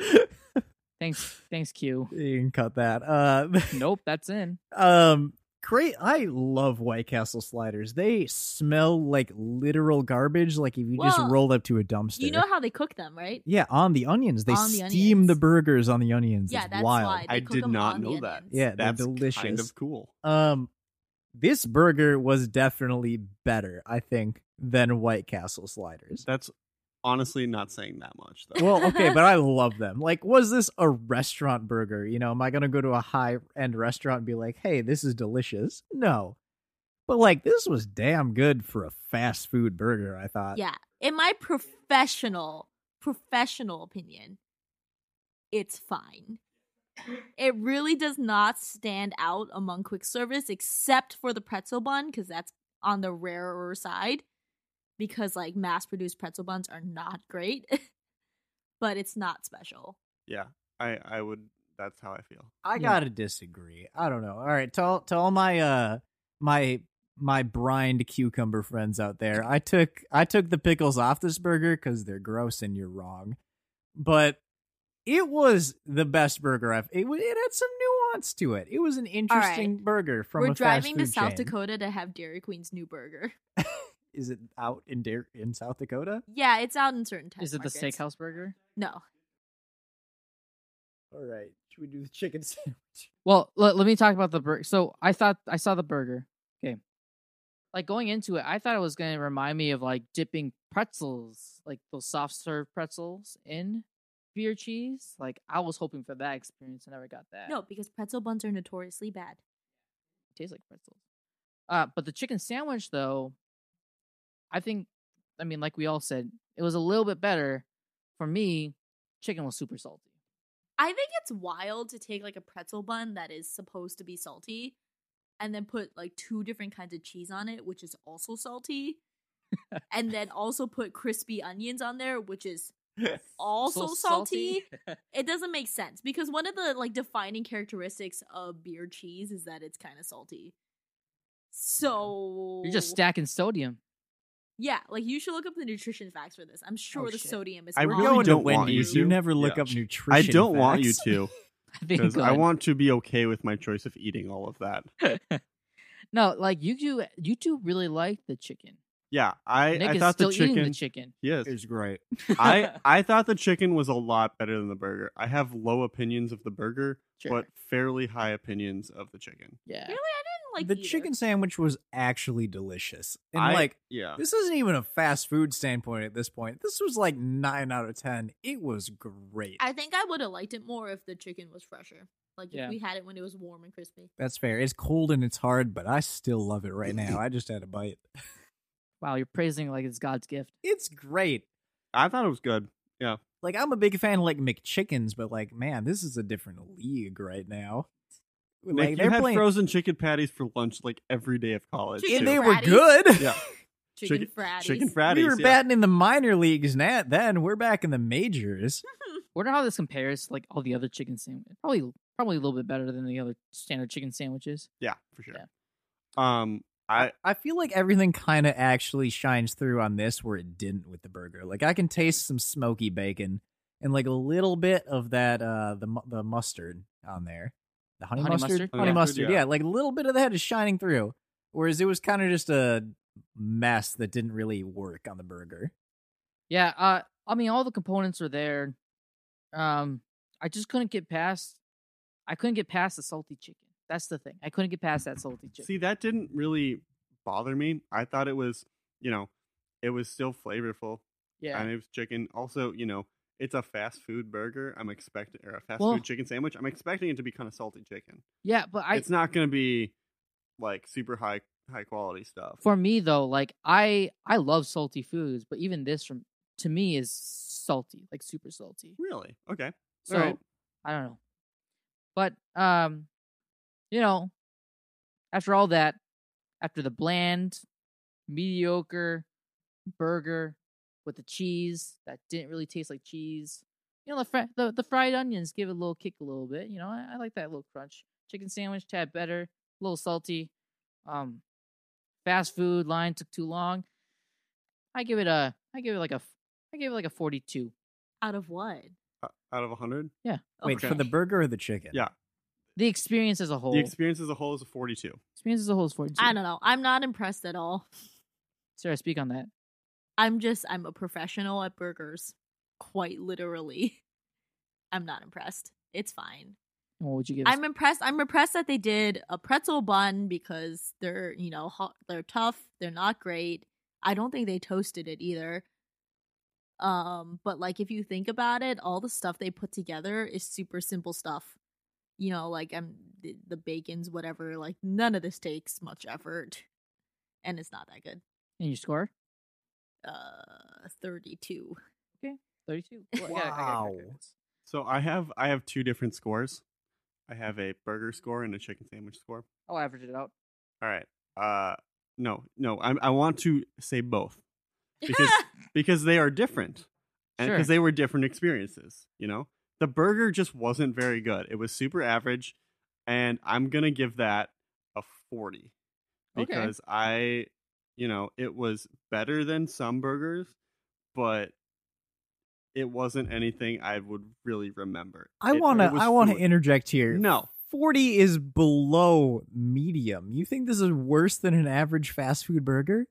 Speaker 1: Thanks, thanks, Q.
Speaker 4: you can cut that. Uh,
Speaker 1: Nope, that's in.
Speaker 4: um, great. I love White Castle sliders. They smell like literal garbage. Like if you just
Speaker 2: Well,
Speaker 4: rolled up to a dumpster.
Speaker 2: you know how they cook them, right?
Speaker 4: yeah, on the onions. They
Speaker 2: On the
Speaker 4: steam the
Speaker 2: onions.
Speaker 4: burgers on the onions.
Speaker 2: Yeah,
Speaker 4: It's
Speaker 2: that's
Speaker 4: wild.
Speaker 2: why they
Speaker 3: I
Speaker 2: cook
Speaker 3: did
Speaker 2: them
Speaker 3: not
Speaker 2: on the
Speaker 3: know that.
Speaker 2: onions.
Speaker 4: Yeah, they're
Speaker 3: That's
Speaker 4: delicious.
Speaker 3: kind of cool.
Speaker 4: Um, this burger was definitely better, I think, than White Castle sliders.
Speaker 3: That's honestly not saying that much though.
Speaker 4: Well, okay, but I love them. Like, was this a restaurant burger? You know, am I gonna go to a high end restaurant and be like, "Hey, this is delicious"? No, but like, this was damn good for a fast food burger. I thought.
Speaker 2: Yeah. In my professional, professional opinion, it's fine. It really does not stand out among quick service except for the pretzel bun, because that's on the rarer side. Because like mass produced pretzel buns are not great. but it's not special.
Speaker 3: Yeah, I I would. That's how I feel.
Speaker 4: I
Speaker 1: Yeah.
Speaker 4: gotta disagree. I don't know. All right, tell tell all my uh my my brined cucumber friends out there. I took I took the pickles off this burger because they're gross and you're wrong. But it was the best burger I've. It, wa- it had some nuance to it. It was an interesting burger from.
Speaker 2: We're
Speaker 4: a fast
Speaker 2: driving to
Speaker 4: food
Speaker 2: South
Speaker 4: chain.
Speaker 2: Dakota to have Dairy Queen's new burger.
Speaker 4: Is it out in Dar- in South Dakota?
Speaker 2: Yeah, it's out in certain times.
Speaker 1: Is it the steakhouse burger?
Speaker 2: No.
Speaker 4: All right. Should we do the chicken sandwich?
Speaker 1: Well, let, let me talk about the burger. So I thought I saw the burger. Okay. Like going into it, I thought it was going to remind me of like dipping pretzels, like those soft serve pretzels in beer cheese. Like I was hoping for that experience. I never got that.
Speaker 2: No, because pretzel buns are notoriously bad.
Speaker 1: tastes like pretzels. Uh, but the chicken sandwich, though, I think, I mean, like we all said, it was a little bit better. For me, chicken was super salty.
Speaker 2: I think it's wild to take like a pretzel bun that is supposed to be salty and then put like two different kinds of cheese on it, which is also salty. and then also put crispy onions on there, which is also salty. It doesn't make sense because one of the like defining characteristics of beer cheese is that it's kind of salty. So
Speaker 1: You're just stacking sodium.
Speaker 2: Yeah, like you should look up the nutrition facts for this. I'm sure the
Speaker 1: shit.
Speaker 2: sodium is.
Speaker 3: I
Speaker 2: wrong.
Speaker 3: really
Speaker 4: Oh, Going to
Speaker 3: don't want
Speaker 4: Wendy's.
Speaker 3: you
Speaker 4: You
Speaker 3: to.
Speaker 4: never look
Speaker 3: Yeah.
Speaker 4: up nutrition.
Speaker 3: I don't want you
Speaker 4: facts.
Speaker 3: to
Speaker 1: I think
Speaker 3: because I
Speaker 1: good.
Speaker 3: want to be okay with my choice of eating all of that.
Speaker 1: no, like you do. You two really liked the chicken.
Speaker 3: Yeah, I
Speaker 1: Nick
Speaker 3: I
Speaker 1: is
Speaker 3: thought
Speaker 1: still
Speaker 3: the chicken.
Speaker 1: eating the chicken.
Speaker 3: Yes,
Speaker 4: It was great.
Speaker 3: I I thought the chicken was a lot better than the burger. I have low opinions of the burger,
Speaker 1: Sure.
Speaker 3: but fairly high opinions of the chicken.
Speaker 1: yeah,
Speaker 2: really, I didn't like
Speaker 4: the
Speaker 2: either.
Speaker 4: chicken sandwich was actually delicious. And
Speaker 3: I- uh
Speaker 4: like
Speaker 3: Yeah,
Speaker 4: this isn't even a fast food standpoint at this point. This was like nine out of ten. It was great.
Speaker 2: I think I would have liked it more if the chicken was fresher. Like
Speaker 1: Yeah.
Speaker 2: if we had it when it was warm and crispy.
Speaker 4: That's fair. It's cold and it's hard, but I still love it right now. I just had a bite.
Speaker 1: wow, you're praising like it's God's gift.
Speaker 4: It's great.
Speaker 3: I thought it was good.
Speaker 4: Like I'm a big fan of like McChickens, but like man, this is a different league right now.
Speaker 3: Nick, you had frozen chicken patties for lunch like every day of college.
Speaker 2: Chicken
Speaker 4: and
Speaker 3: too.
Speaker 4: they were
Speaker 2: fratties.
Speaker 4: good.
Speaker 3: yeah,
Speaker 2: Chicken,
Speaker 3: Chicken-
Speaker 2: fratties.
Speaker 3: chicken fratties.
Speaker 4: we were
Speaker 3: yeah.
Speaker 4: batting in the minor leagues, Nat. Then we're back in the majors.
Speaker 1: Wonder how this compares to like all the other chicken sandwiches. Probably, probably a little bit better than the other standard chicken sandwiches.
Speaker 3: Yeah, for sure.
Speaker 1: Yeah.
Speaker 3: Um, I
Speaker 4: I feel like everything kind of actually shines through on this where it didn't with the burger. Like I can taste some smoky bacon and like a little bit of that uh the mu- the mustard on there. The honey,
Speaker 1: Honey mustard?
Speaker 4: mustard, honey
Speaker 3: Oh, Yeah.
Speaker 4: mustard.
Speaker 3: Yeah.
Speaker 4: Yeah. like a little bit of that is shining through. Whereas it was kind of just a mess that didn't really work on the burger.
Speaker 1: Yeah, uh, I mean, all the components are there. Um, I just couldn't get past. I couldn't get past the salty chicken. That's the thing. I couldn't get past that salty chicken.
Speaker 3: see that didn't really bother me. I thought it was, you know, it was still flavorful.
Speaker 1: yeah,
Speaker 3: and it was chicken. Also, you know, it's a fast food burger. I'm expecting or a fast
Speaker 1: Well-
Speaker 3: food chicken sandwich. I'm expecting it to be kind of salty chicken.
Speaker 1: yeah, but I
Speaker 3: it's not going to be like super high high quality stuff.
Speaker 1: for me though, like I I love salty foods, but even this from to me is salty, like super salty.
Speaker 3: really? Okay.
Speaker 1: So
Speaker 3: All right.
Speaker 1: I don't know. But um you know, after all that, after the bland, mediocre burger with the cheese that didn't really taste like cheese. You know, the fri- the, the fried onions give it a little kick a little bit, you know. I, I like that little crunch. Chicken sandwich tad better, a little salty. Um fast food line took too long. I give it a I give it like a f- I give it like a 42.
Speaker 2: Out of what?
Speaker 3: O- Out of 100,
Speaker 4: Wait,
Speaker 2: Okay.
Speaker 4: for the burger or the chicken?
Speaker 3: Yeah.
Speaker 1: The experience as a whole.
Speaker 3: the experience as a whole is a 42.
Speaker 1: Experience as a whole is 42.
Speaker 2: I don't know. I'm not impressed at all.
Speaker 1: Sarah, speak on that.
Speaker 2: I'm just I'm a professional at burgers, quite literally. I'm not impressed. It's fine.
Speaker 1: And What would you give? us?
Speaker 2: I'm impressed. I'm impressed that they did a pretzel bun because they're you know ho- they're tough. They're not great. I don't think they toasted it either. Um, but like if you think about it, all the stuff they put together is super simple stuff. You know, like I'm the, the bacon's whatever. Like none of this takes much effort, and it's not that good.
Speaker 1: and your score?
Speaker 2: Uh, thirty-two.
Speaker 1: 32.
Speaker 4: Wow.
Speaker 3: So I have I have two different scores. I have a burger score and a chicken sandwich score.
Speaker 1: I'll average it out.
Speaker 3: All right. Uh no, no. I I want to say both because because they are different. because
Speaker 1: Sure.
Speaker 3: they were different experiences. You know, the burger just wasn't very good. It was super average, and I'm gonna give that a forty
Speaker 1: Okay.
Speaker 3: because I, you know, it was better than some burgers, but it wasn't anything I would really remember.
Speaker 4: I
Speaker 3: It- it
Speaker 4: wanna
Speaker 3: was
Speaker 4: I wanna
Speaker 3: food.
Speaker 4: interject here.
Speaker 3: No,
Speaker 4: 40 is below medium. You think this is worse than an average fast food burger?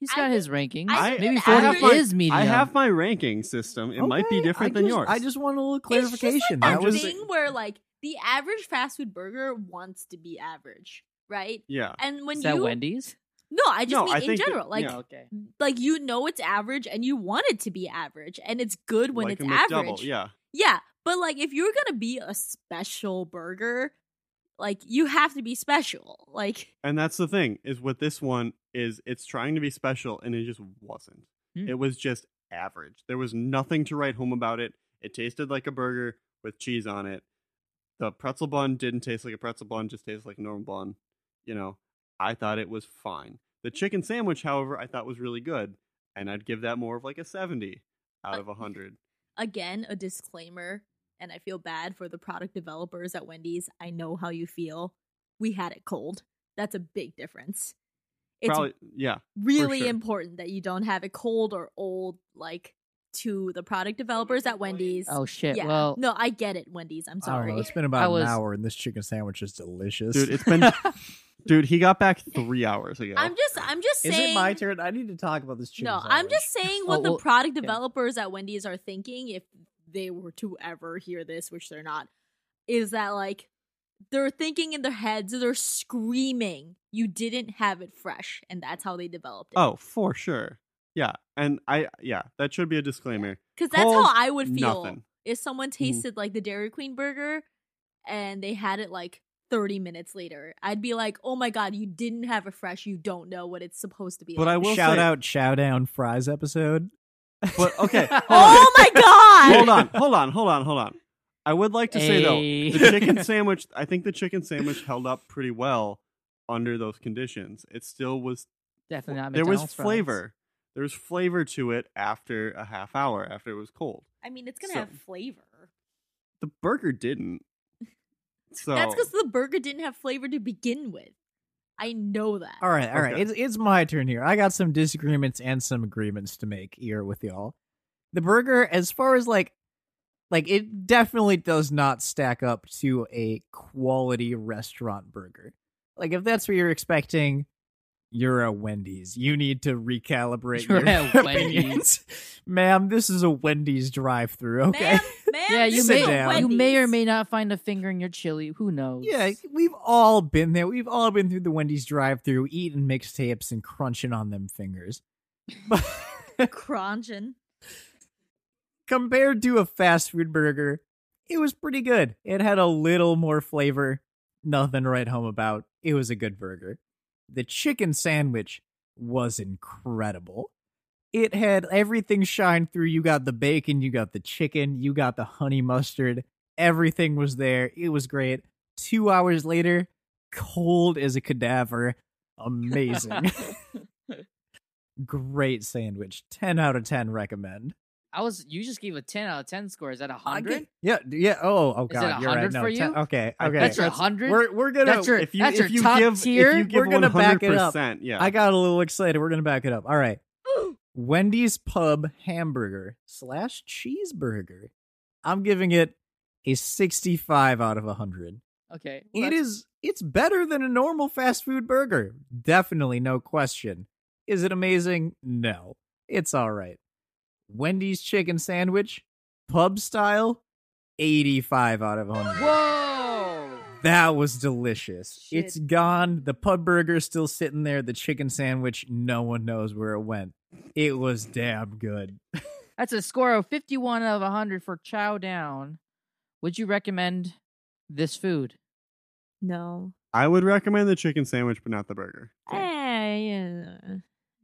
Speaker 1: He's
Speaker 2: I
Speaker 1: got
Speaker 2: think-
Speaker 1: his rankings.
Speaker 2: I
Speaker 3: think
Speaker 1: Maybe
Speaker 2: an
Speaker 1: forty
Speaker 3: average-
Speaker 1: is medium.
Speaker 3: I have my ranking system. It might be
Speaker 4: Okay,
Speaker 3: different
Speaker 4: I
Speaker 3: than
Speaker 4: just-
Speaker 3: yours.
Speaker 4: I just want a little
Speaker 2: It's just, like,
Speaker 4: clarification. that
Speaker 2: that
Speaker 4: was
Speaker 2: thing where like the average fast food burger wants to be average, right?
Speaker 3: yeah.
Speaker 2: And when
Speaker 1: is
Speaker 2: you
Speaker 1: that Wendy's?
Speaker 2: no, I just
Speaker 3: No,
Speaker 2: mean
Speaker 3: I
Speaker 2: in
Speaker 3: think that-
Speaker 2: general, like
Speaker 3: yeah.
Speaker 1: okay.
Speaker 2: like you know it's average and you want it to be average and it's good when
Speaker 3: like
Speaker 2: it's
Speaker 3: a McDouble,
Speaker 2: average.
Speaker 3: Yeah.
Speaker 2: Yeah, but like if you're gonna be a special burger, like you have to be special. Like
Speaker 3: And that's the thing is with this one is it's trying to be special and it just wasn't.
Speaker 1: Hmm.
Speaker 3: It was just average. There was nothing to write home about it. It tasted like a burger with cheese on it. The pretzel bun didn't taste like a pretzel bun, just tasted like a normal bun. You know, I thought it was fine. The chicken sandwich, however, I thought was really good, and I'd give that more of like a 70 out
Speaker 2: Uh,
Speaker 3: of 100.
Speaker 2: again, a disclaimer, and I feel bad for the product developers at Wendy's. I know how you feel. We had it cold. That's a big difference. It's
Speaker 3: Probably yeah.
Speaker 2: really
Speaker 3: sure.
Speaker 2: important that you don't have it cold or old, like to the product developers at Wendy's.
Speaker 1: Oh shit.
Speaker 2: yeah.
Speaker 1: Well,
Speaker 2: no, I get it, Wendy's. I'm
Speaker 4: I don't
Speaker 2: sorry.
Speaker 4: know. It's been
Speaker 1: I
Speaker 4: about
Speaker 1: was-
Speaker 4: an hour, and this chicken sandwich is delicious.
Speaker 3: Dude, it's been Dude, he got back 3 hours ago.
Speaker 2: I'm just, I'm just
Speaker 4: is
Speaker 2: saying.
Speaker 4: it my turn? I need to talk about this chicken.
Speaker 2: No,
Speaker 4: sandwich.
Speaker 2: I'm just saying what
Speaker 1: Oh,
Speaker 2: the
Speaker 1: well,
Speaker 2: product developers at Wendy's are thinking if they were to ever hear this, which they're not, is that like they're thinking in their heads, they're screaming, you didn't have it fresh. And that's how they developed it.
Speaker 3: Oh, for sure. Yeah, and I yeah, that should be a disclaimer.
Speaker 2: Because that's
Speaker 3: cold,
Speaker 2: how I would feel
Speaker 3: Nothing.
Speaker 2: if someone tasted like the Dairy Queen burger and they had it like 30 minutes later. I'd be like, oh my God, you didn't have it fresh. You don't know what it's supposed to be.
Speaker 3: But
Speaker 2: like.
Speaker 3: I will
Speaker 4: shout
Speaker 3: say-
Speaker 4: out Chow Down Fries episode.
Speaker 3: But okay, hold on.
Speaker 2: Oh my God!
Speaker 3: hold on, hold on, hold on, hold on. I would like to say though,
Speaker 1: Hey.
Speaker 3: the chicken sandwich. I think the chicken sandwich held up pretty well under those conditions. It still was.
Speaker 1: definitely not.
Speaker 3: there was
Speaker 1: McDonald's fries.
Speaker 3: flavor. There was flavor to it after a half hour after it was cold.
Speaker 2: I mean, it's going to
Speaker 3: So-
Speaker 2: have flavor.
Speaker 3: The burger didn't. So
Speaker 2: That's because the burger didn't have flavor to begin with. I know that.
Speaker 4: All right, all right.
Speaker 3: Okay.
Speaker 4: It's it's my turn here. I got some disagreements and some agreements to make here with y'all. The burger, as far as like, like it definitely does not stack up to a quality restaurant burger. Like if that's what you're expecting, you're a Wendy's. You need to recalibrate
Speaker 1: You're
Speaker 4: your
Speaker 1: at Wendy's.
Speaker 4: opinions, ma'am. This is a Wendy's drive-through. Okay.
Speaker 2: Ma'am, ma'am,
Speaker 1: Yeah, you
Speaker 2: this
Speaker 4: Sit
Speaker 1: may
Speaker 2: is a
Speaker 4: down.
Speaker 1: you may or
Speaker 2: Wendy's.
Speaker 1: may not find a finger in your chili. Who knows?
Speaker 4: Yeah, we've all been there. We've all been through the Wendy's drive-through, eating mixtapes and crunching on them fingers. But
Speaker 2: crunching.
Speaker 4: compared to a fast food burger, it was pretty good. It had a little more flavor. Nothing to write home about. It was a good burger. The chicken sandwich was incredible. It had everything shine through. You got the bacon, you got the chicken, you got the honey mustard. Everything was there. It was great. Two hours later, cold as a cadaver. Amazing. great sandwich. 10 out of 10 recommend.
Speaker 1: I was. You just gave a ten out of ten score. Is that a
Speaker 4: I
Speaker 1: hundred?
Speaker 4: get- Yeah, d- yeah. Oh, oh
Speaker 1: it
Speaker 4: god, you're
Speaker 1: 100
Speaker 4: right. No,
Speaker 1: for
Speaker 4: ten-
Speaker 1: you?
Speaker 4: okay,
Speaker 3: I
Speaker 4: okay.
Speaker 3: think
Speaker 1: That's your
Speaker 3: That's-
Speaker 1: hundred.
Speaker 4: we're we're gonna.
Speaker 1: That's your-
Speaker 3: if you
Speaker 1: that's your
Speaker 3: if you
Speaker 1: top
Speaker 3: give
Speaker 1: tier?
Speaker 3: if you give
Speaker 4: We're gonna back it up.
Speaker 3: 100%, yeah,
Speaker 4: I got a little excited. We're gonna back it up. All right. Wendy's Pub hamburger slash cheeseburger. I'm giving it a 65 out of 100.
Speaker 1: okay. well,
Speaker 4: It
Speaker 1: that's-
Speaker 4: is. It's better than a normal fast food burger. Definitely, no question. Is it amazing? No, it's all right. Wendy's chicken sandwich, pub style, 85 out of 100.
Speaker 1: Whoa.
Speaker 4: That was delicious.
Speaker 1: Shit.
Speaker 4: It's gone. The pub burger's still sitting there. The chicken sandwich, no one knows where it went. It was damn good.
Speaker 1: That's a score of fifty-one out of hundred for Chow Down. Would you recommend this food?
Speaker 2: No.
Speaker 3: I would recommend the chicken sandwich, but not the burger.
Speaker 2: Eh,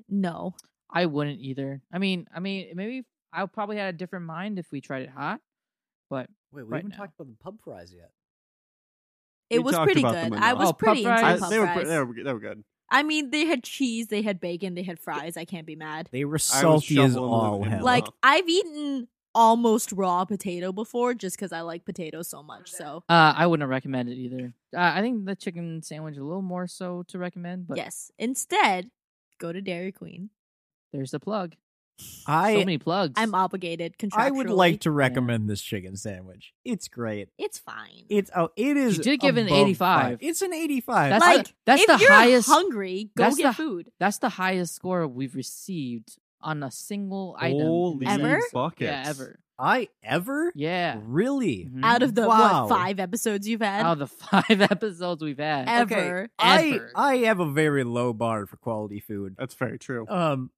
Speaker 2: no.
Speaker 1: I wouldn't either. I mean, I mean, maybe I probably had a different mind if we tried it hot, but we
Speaker 4: Wait,
Speaker 1: Right haven't now. talked
Speaker 4: about the pub fries yet.
Speaker 2: It
Speaker 3: We
Speaker 2: was
Speaker 3: talked
Speaker 2: pretty
Speaker 3: about
Speaker 2: good.
Speaker 3: them
Speaker 2: I
Speaker 3: enough.
Speaker 2: was
Speaker 1: Oh,
Speaker 2: pretty
Speaker 1: puff
Speaker 2: into
Speaker 1: fries?
Speaker 2: puff
Speaker 3: they were pre-
Speaker 2: fries.
Speaker 3: they were they were good.
Speaker 2: I mean, they had cheese, they had bacon, they had fries. I can't be mad.
Speaker 4: They were salty as
Speaker 3: shoveling
Speaker 4: all
Speaker 3: them in.
Speaker 4: hell.
Speaker 2: Like
Speaker 3: Wow.
Speaker 2: I've eaten almost raw potato before just because I like potatoes so much. So
Speaker 1: Uh, I wouldn't recommend it either. Uh, I think the chicken sandwich a little more so to recommend, but
Speaker 2: yes, instead, go to Dairy Queen.
Speaker 1: there's the plug. so
Speaker 4: I
Speaker 1: many plugs.
Speaker 2: I'm obligated. Contractually,
Speaker 4: I would like to recommend this chicken sandwich. It's great.
Speaker 2: It's fine.
Speaker 4: It's oh, it is.
Speaker 1: did give it an
Speaker 4: above
Speaker 1: 85.
Speaker 4: fine. It's an eighty-five.
Speaker 1: That's
Speaker 2: like
Speaker 1: the, that's
Speaker 2: if
Speaker 1: the
Speaker 2: you're
Speaker 1: highest.
Speaker 2: hungry, go
Speaker 1: that's
Speaker 2: get
Speaker 1: the-
Speaker 2: food.
Speaker 1: that's the highest score we've received on a single item. in
Speaker 3: Holy
Speaker 1: this
Speaker 2: Ever?
Speaker 1: episode.
Speaker 3: buckets.
Speaker 1: Yeah, ever.
Speaker 4: I ever
Speaker 1: Yeah.
Speaker 4: really.
Speaker 1: Mhm.
Speaker 2: Out of the
Speaker 4: Wow.
Speaker 2: what five episodes you've had,
Speaker 1: out of the five episodes we've had.
Speaker 2: Ev- Ever.
Speaker 4: I
Speaker 1: Ever.
Speaker 4: I have a very low bar for quality food.
Speaker 3: That's very true.
Speaker 4: Um,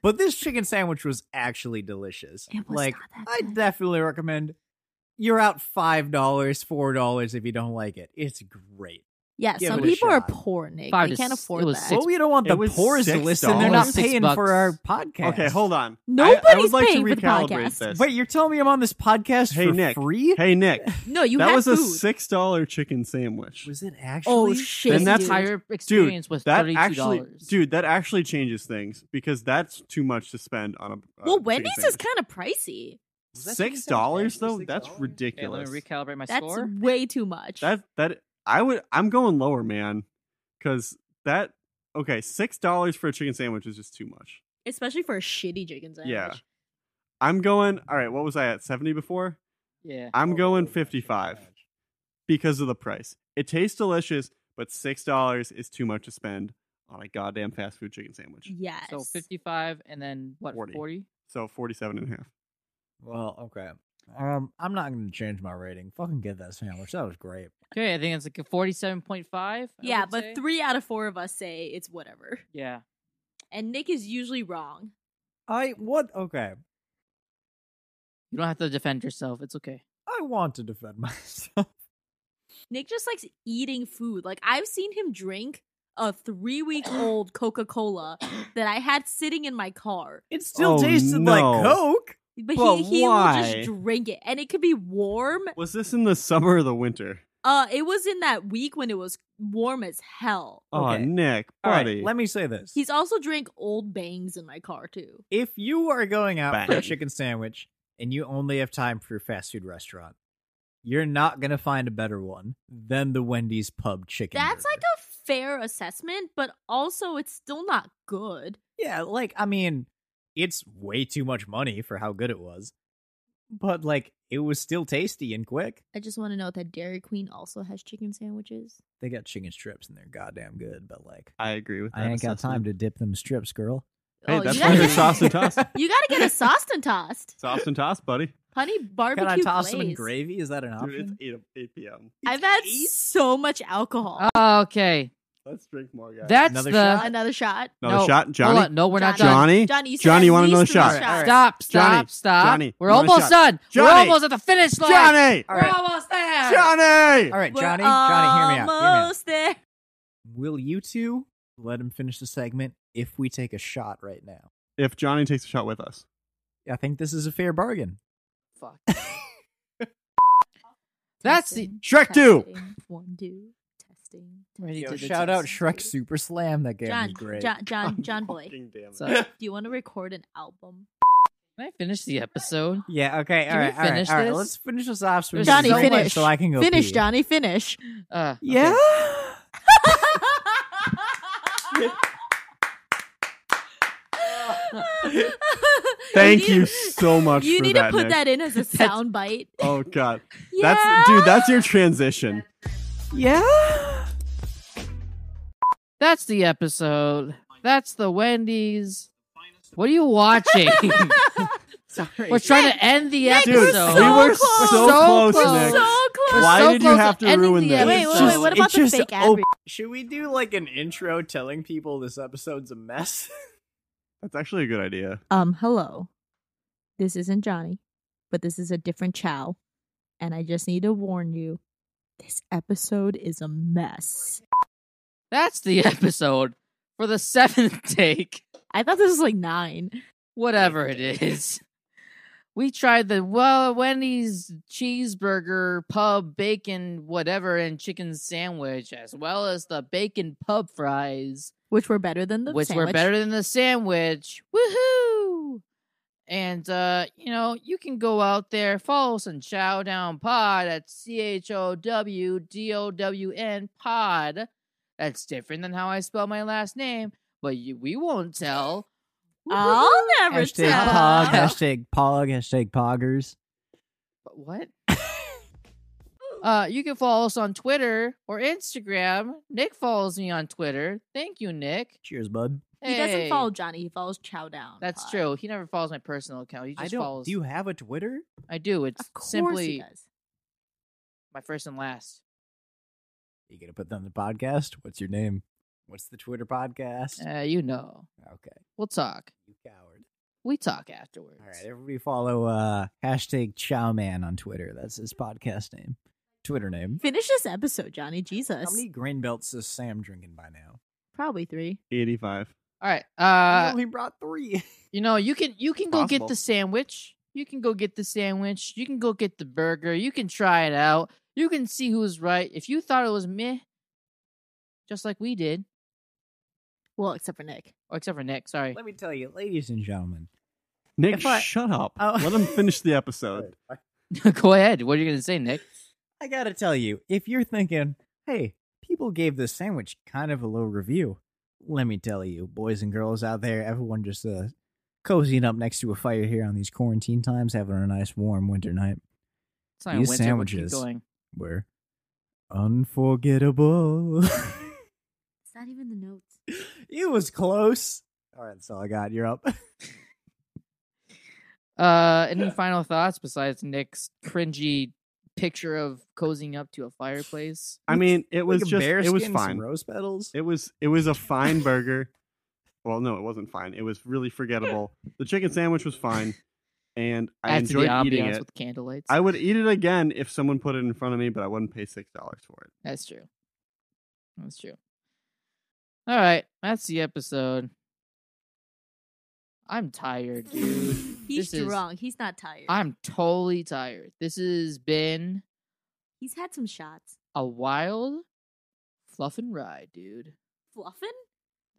Speaker 4: but this chicken sandwich was actually delicious.
Speaker 2: it was
Speaker 4: like
Speaker 2: not
Speaker 4: I
Speaker 2: that bad.
Speaker 4: definitely recommend. You're out five dollars, four dollars if you don't like it. It's great.
Speaker 2: yeah,
Speaker 4: give
Speaker 2: some
Speaker 4: it a
Speaker 2: people are
Speaker 4: shot.
Speaker 2: poor, Nick.
Speaker 1: Five
Speaker 2: they
Speaker 1: to
Speaker 2: can't
Speaker 1: s-
Speaker 2: afford
Speaker 1: it was
Speaker 2: that.
Speaker 1: six
Speaker 4: Well, we Oh, don't want
Speaker 3: It
Speaker 4: the
Speaker 3: was
Speaker 4: poorest to
Speaker 3: six
Speaker 4: listen. They're not
Speaker 1: dollars. Six
Speaker 4: paying for our podcast.
Speaker 3: Okay, hold on. I, I
Speaker 2: Nobody's
Speaker 3: would like
Speaker 2: paying
Speaker 3: to
Speaker 2: for the
Speaker 3: recalibrate
Speaker 2: podcast.
Speaker 3: this.
Speaker 4: Wait, you're telling me I'm on this podcast
Speaker 3: Hey,
Speaker 4: for
Speaker 3: Nick.
Speaker 4: free?
Speaker 3: Hey Nick,
Speaker 2: No, you
Speaker 3: that
Speaker 2: had
Speaker 3: was
Speaker 2: food.
Speaker 3: a six dollar chicken sandwich.
Speaker 4: Was it actually?
Speaker 2: oh shit!
Speaker 3: Then that's
Speaker 2: dude.
Speaker 1: entire experience was
Speaker 3: That
Speaker 1: thirty-two
Speaker 3: actually,
Speaker 1: dollars.
Speaker 3: dude, that actually changes things because that's too much to spend on a. a
Speaker 2: Well,
Speaker 3: chicken
Speaker 2: Wendy's is
Speaker 3: sandwich.
Speaker 2: kind of pricey.
Speaker 4: Was
Speaker 3: six
Speaker 4: that chicken sandwich
Speaker 3: dollars
Speaker 4: actually
Speaker 3: though. That's
Speaker 4: $6?
Speaker 1: Okay,
Speaker 3: ridiculous.
Speaker 1: let me recalibrate my
Speaker 2: That's
Speaker 1: score.
Speaker 2: way too much.
Speaker 3: that that I would. I'm going lower, man, because that okay, six dollars for a chicken sandwich is just too much.
Speaker 2: Especially for a shitty chicken sandwich.
Speaker 3: Yeah. I'm going. All right, what was I at seventy before?
Speaker 1: Yeah.
Speaker 3: I'm
Speaker 4: Oh,
Speaker 3: going
Speaker 4: oh,
Speaker 3: fifty-five because of the price. It tastes delicious, but six dollars is too much to spend on a goddamn fast food chicken sandwich.
Speaker 4: Mm.
Speaker 2: Yes.
Speaker 1: So fifty-five, and then what?
Speaker 3: 40.
Speaker 1: Forty.
Speaker 3: So 47 and a half.
Speaker 4: Well, okay. Um, I'm not going to change my rating. Fucking get that sandwich. That was great.
Speaker 1: Okay, I think it's like a forty-seven point five.
Speaker 2: Yeah, but three out of four of us say it's whatever.
Speaker 1: Yeah.
Speaker 2: And Nick is usually wrong.
Speaker 4: I what? Okay.
Speaker 1: You don't have to defend yourself. It's okay.
Speaker 4: I want to defend myself.
Speaker 2: Nick just likes eating food. Like I've seen him drink a three week old Coca Cola that I had sitting in my car.
Speaker 4: It still
Speaker 3: Oh,
Speaker 4: tasted
Speaker 3: no.
Speaker 4: like Coke.
Speaker 2: But,
Speaker 3: But
Speaker 2: he, he will
Speaker 3: why?
Speaker 2: just drink it. And it could be warm.
Speaker 3: Was this in the summer or the winter?
Speaker 2: Uh it was in that week when it was warm as hell.
Speaker 3: Oh,
Speaker 4: Okay.
Speaker 3: Nick,
Speaker 4: All right,
Speaker 3: buddy.
Speaker 4: let me say this.
Speaker 2: He's also drank old bangs in my car too.
Speaker 4: if you are going out for a
Speaker 3: Bang.
Speaker 4: chicken sandwich and you only have time for your fast food restaurant, you're not going to find a better one than the Wendy's Pub Chicken.
Speaker 2: That's like
Speaker 4: burger.
Speaker 2: a fair assessment, but also it's still not good.
Speaker 4: yeah, like I mean, it's way too much money for how good it was, but like it was still tasty and quick.
Speaker 2: I just want to note that Dairy Queen also has chicken sandwiches.
Speaker 4: They got chicken strips and they're goddamn good, but like
Speaker 3: I agree with that.
Speaker 4: I ain't got time
Speaker 3: assessment.
Speaker 4: to dip them strips, girl.
Speaker 3: Hey,
Speaker 2: oh,
Speaker 3: that's
Speaker 2: you
Speaker 3: why
Speaker 2: gotta,
Speaker 3: they're
Speaker 2: get,
Speaker 3: sauce and tossed.
Speaker 2: you gotta get a sauce and tossed.
Speaker 3: Soft and toss, buddy.
Speaker 2: Honey barbecue
Speaker 4: Can I toss them in
Speaker 2: glaze.
Speaker 4: gravy? Is that an
Speaker 3: Dude, it's
Speaker 4: option?
Speaker 3: 8, 8 p.m.
Speaker 2: I've had so much alcohol.
Speaker 1: Uh, Ah, Okay,
Speaker 3: Let's drink more, guys.
Speaker 1: that's
Speaker 4: Another
Speaker 1: the.
Speaker 4: shot?
Speaker 2: Another shot.
Speaker 3: Another
Speaker 1: no.
Speaker 3: shot, Johnny.
Speaker 1: Hold on. No, we're not
Speaker 3: Johnny.
Speaker 1: done.
Speaker 2: Johnny, you, said
Speaker 3: Johnny,
Speaker 2: at
Speaker 3: you want
Speaker 2: least
Speaker 3: another
Speaker 2: three
Speaker 3: shot? All right,
Speaker 2: shots.
Speaker 4: all right.
Speaker 1: Stop! Stop!
Speaker 3: Johnny,
Speaker 1: stop!
Speaker 3: Johnny,
Speaker 1: we're
Speaker 3: you want a
Speaker 1: almost
Speaker 3: shot?
Speaker 1: done. We're
Speaker 3: Johnny!
Speaker 1: almost at the finish line.
Speaker 3: Johnny!
Speaker 1: We're
Speaker 4: All right.
Speaker 1: almost there.
Speaker 3: Johnny!
Speaker 4: All right,
Speaker 2: We're um,
Speaker 4: Johnny, Johnny, hear me out. Hear me out.
Speaker 2: Almost there.
Speaker 4: Will you two let him finish the segment if we take a shot right now?
Speaker 3: If Johnny takes a shot with us.
Speaker 4: I think this is a fair bargain.
Speaker 1: Fuck. That's the-
Speaker 2: Testing,
Speaker 3: Shrek 2.
Speaker 2: testing. One, two. Testing.
Speaker 1: Ready
Speaker 4: Yo,
Speaker 1: to the
Speaker 4: shout out
Speaker 1: test.
Speaker 4: Shrek Super Slam. That game
Speaker 2: John,
Speaker 4: was great.
Speaker 2: John, John, John
Speaker 3: God
Speaker 2: boy.
Speaker 3: fucking damn it.
Speaker 1: What's up?
Speaker 2: Do you want to record an album?
Speaker 1: Can I finish the episode?
Speaker 4: Yeah. Okay.
Speaker 1: Can
Speaker 4: All
Speaker 1: we
Speaker 4: right. All right.
Speaker 1: finish
Speaker 4: All right.
Speaker 1: this?
Speaker 4: Let's finish this off. So we
Speaker 1: There's
Speaker 4: can
Speaker 1: Johnny,
Speaker 4: go
Speaker 2: finish.
Speaker 4: So I can go
Speaker 2: finish,
Speaker 4: pee.
Speaker 2: Johnny, finish.
Speaker 1: Uh,
Speaker 4: Yeah.
Speaker 1: okay.
Speaker 3: Thank you
Speaker 2: need-
Speaker 3: so much
Speaker 2: You
Speaker 3: for
Speaker 2: need
Speaker 3: that,
Speaker 2: to put
Speaker 3: Nick.
Speaker 2: that in as a sound bite.
Speaker 3: Oh, God.
Speaker 2: Yeah.
Speaker 3: That's Dude, that's your transition.
Speaker 4: Yeah.
Speaker 1: That's the episode. That's the Wendy's. What are you watching?
Speaker 4: Sorry.
Speaker 1: We're trying to end the
Speaker 2: Nick,
Speaker 1: episode.
Speaker 2: we're so
Speaker 3: Dude, we were
Speaker 2: close.
Speaker 3: so
Speaker 1: So
Speaker 3: close,
Speaker 1: close.
Speaker 3: Nick.
Speaker 2: so
Speaker 1: We're
Speaker 2: close.
Speaker 3: Why
Speaker 1: so
Speaker 3: did you
Speaker 1: close
Speaker 3: have to
Speaker 1: ending
Speaker 3: ruin
Speaker 1: the
Speaker 3: this?
Speaker 2: Wait, wait, wait, what
Speaker 4: It
Speaker 2: about the
Speaker 4: just
Speaker 2: fake ad
Speaker 4: op-
Speaker 2: read?
Speaker 4: Should we do like an intro telling people this episode's a mess?
Speaker 3: That's actually a good idea.
Speaker 2: Um, hello. This isn't Johnny, but this is a different Chow, and I just need to warn you, this episode is a mess.
Speaker 1: That's the episode for the seventh take,
Speaker 2: I thought this was like nine.
Speaker 1: whatever it is. we tried the well Wendy's cheeseburger pub bacon whatever and chicken sandwich as well as the bacon pub fries
Speaker 2: which were better than the
Speaker 1: which
Speaker 2: sandwich.
Speaker 1: were better than the sandwich. Woohoo! And uh, you know, you can go out there, follow us on Chowdown Pod. That's C H O W D O W N Pod. That's different than how I spell my last name, but you, we won't tell.
Speaker 2: I'll never
Speaker 4: Hashtag
Speaker 2: tell.
Speaker 4: pog, hashtag pog, hashtag poggers.
Speaker 1: But What? uh, you can follow us on Twitter or Instagram. Nick follows me on Twitter. Thank you, Nick.
Speaker 4: Cheers, bud.
Speaker 2: He doesn't
Speaker 1: Hey.
Speaker 2: follow Johnny. He follows Chow Down.
Speaker 1: That's
Speaker 2: Pod.
Speaker 1: true. He never follows my personal account. He just
Speaker 4: I don't.
Speaker 1: follows.
Speaker 4: Do you have a Twitter?
Speaker 1: I do. It's
Speaker 2: Of course
Speaker 1: simply
Speaker 2: he does.
Speaker 1: my first and last.
Speaker 4: you gonna put that on the podcast? What's your name? What's the Twitter podcast?
Speaker 1: Uh, you know,
Speaker 4: okay,
Speaker 1: we'll talk.
Speaker 4: you coward.
Speaker 1: We talk afterwards.
Speaker 4: All right, everybody follow uh, hashtag Chowman on Twitter. That's his podcast name, Twitter name.
Speaker 2: Finish this episode, Johnny. Jesus.
Speaker 4: How many grain belts is Sam drinking by now?
Speaker 2: Probably three.
Speaker 3: 85.
Speaker 1: All right.
Speaker 4: I
Speaker 1: Uh,
Speaker 4: only brought three.
Speaker 1: you know, you can you can go get
Speaker 3: Possible.
Speaker 1: the sandwich. You can go get the sandwich. You can go get the burger. You can try it out. You can see who's right. If you thought it was meh, just like we did,
Speaker 2: Well, except for Nick.
Speaker 1: or except for Nick. Sorry.
Speaker 4: Let me tell you, ladies and gentlemen.
Speaker 3: Nick,
Speaker 4: If I-
Speaker 3: shut up.
Speaker 4: Oh.
Speaker 3: Let him finish the episode.
Speaker 1: go ahead. What are you gonna say, Nick?
Speaker 4: I gotta tell you, if you're thinking, hey, people gave this sandwich kind of a low review, let me tell you, boys and girls out there, everyone just uh, cozying up next to a fire here on these quarantine times, having a nice warm winter night.
Speaker 1: It's not a
Speaker 4: These
Speaker 1: winter, we'll keep
Speaker 4: sandwiches.
Speaker 1: Going.
Speaker 4: We're unforgettable.
Speaker 2: It's not even the notes.
Speaker 4: it was close. All right, that's all I got. You're up.
Speaker 1: Uh, any final thoughts besides Nick's cringy picture of cozying up to a fireplace?
Speaker 3: I mean, it was
Speaker 4: Like a
Speaker 3: just,
Speaker 4: bear
Speaker 3: it was
Speaker 4: skin, some
Speaker 3: fine.
Speaker 4: Rose petals.
Speaker 3: It was it was a fine burger. Well, no, it wasn't fine. It was really forgettable. The chicken sandwich was fine, and I
Speaker 1: Add to
Speaker 3: enjoyed
Speaker 1: the
Speaker 3: eating
Speaker 1: ambiance
Speaker 3: it.
Speaker 1: with candlelights.
Speaker 3: I would eat it again if someone put it in front of me, but I wouldn't pay six dollars for it.
Speaker 1: That's true. That's true. All right, that's the episode. I'm tired, dude.
Speaker 2: He's
Speaker 1: This is-
Speaker 2: drunk. He's not tired.
Speaker 1: I'm totally tired. This has been
Speaker 2: He's had some shots.
Speaker 1: a wild fluffin' ride, dude.
Speaker 2: Fluffin?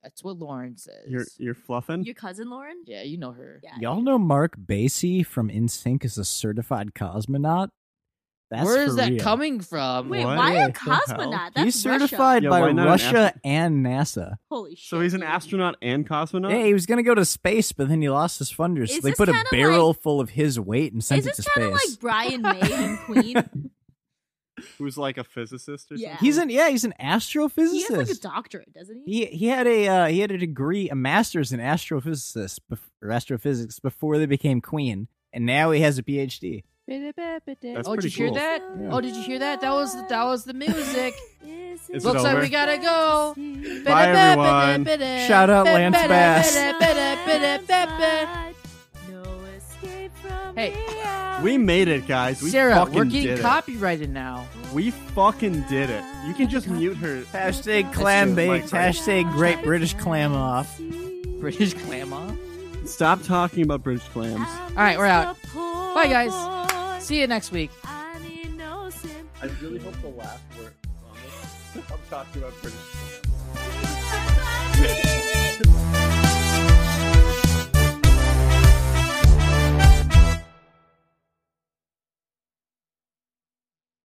Speaker 1: That's what Lauren says.
Speaker 3: You're you're fluffing.
Speaker 2: Your cousin Lauren?
Speaker 1: Mm. yeah, you know her.
Speaker 2: Yeah.
Speaker 4: Y'all know Mark Basie from InSync is a certified cosmonaut. That's
Speaker 1: Where is
Speaker 4: for
Speaker 1: that
Speaker 4: real.
Speaker 1: coming from?
Speaker 2: Wait,
Speaker 3: What
Speaker 2: why a
Speaker 3: the hell?
Speaker 2: cosmonaut? That's
Speaker 4: he's
Speaker 2: Russia.
Speaker 4: certified
Speaker 3: Yeah,
Speaker 4: by
Speaker 3: why not an
Speaker 4: Russia
Speaker 3: astronaut?
Speaker 4: and NASA.
Speaker 2: Holy shit.
Speaker 3: so he's an
Speaker 2: dude.
Speaker 3: astronaut and cosmonaut.
Speaker 4: Yeah, he was gonna go to space, but then he lost his funders, so
Speaker 2: Is
Speaker 4: they
Speaker 2: this
Speaker 4: put a
Speaker 2: kinda
Speaker 4: barrel full of his weight and sent
Speaker 2: Is
Speaker 4: it to
Speaker 2: this
Speaker 4: space.
Speaker 2: kind of like Brian May and Queen?
Speaker 3: Who's like a physicist or
Speaker 2: Yeah.
Speaker 3: something?
Speaker 4: he's an yeah, he's an astrophysicist.
Speaker 2: he has like a doctorate, doesn't he?
Speaker 4: he he had a uh, he had a degree, a master's in astrophysicist bef- or astrophysics before they became Queen, and now he has a PhD.
Speaker 3: That's
Speaker 1: oh, did you
Speaker 3: pretty
Speaker 1: hear
Speaker 3: cool.
Speaker 1: that? Oh, did you hear that? That was that was the music.
Speaker 3: Is it
Speaker 1: Looks like
Speaker 3: over?
Speaker 1: we gotta go.
Speaker 3: Bye, everyone.
Speaker 4: Shout out Lance Bass.
Speaker 2: No escape from
Speaker 1: Hey.
Speaker 2: reality.
Speaker 3: we made it, guys. We
Speaker 1: Sarah,
Speaker 3: fucking
Speaker 1: we're
Speaker 3: did
Speaker 1: getting
Speaker 3: it.
Speaker 1: copyrighted now.
Speaker 3: We fucking did it. You can just mute her.
Speaker 4: Hashtag
Speaker 1: That's
Speaker 4: clam
Speaker 1: true.
Speaker 4: baked.
Speaker 3: Like, right.
Speaker 4: Hashtag Great British Clam Off.
Speaker 1: British clam off.
Speaker 3: Stop talking about bridge clams.
Speaker 1: All right, we're out.
Speaker 2: Bye,
Speaker 1: guys. See you next week.
Speaker 2: I need no sympathy.
Speaker 3: I really hope the laugh works. I'm talking about British clams.
Speaker 2: Take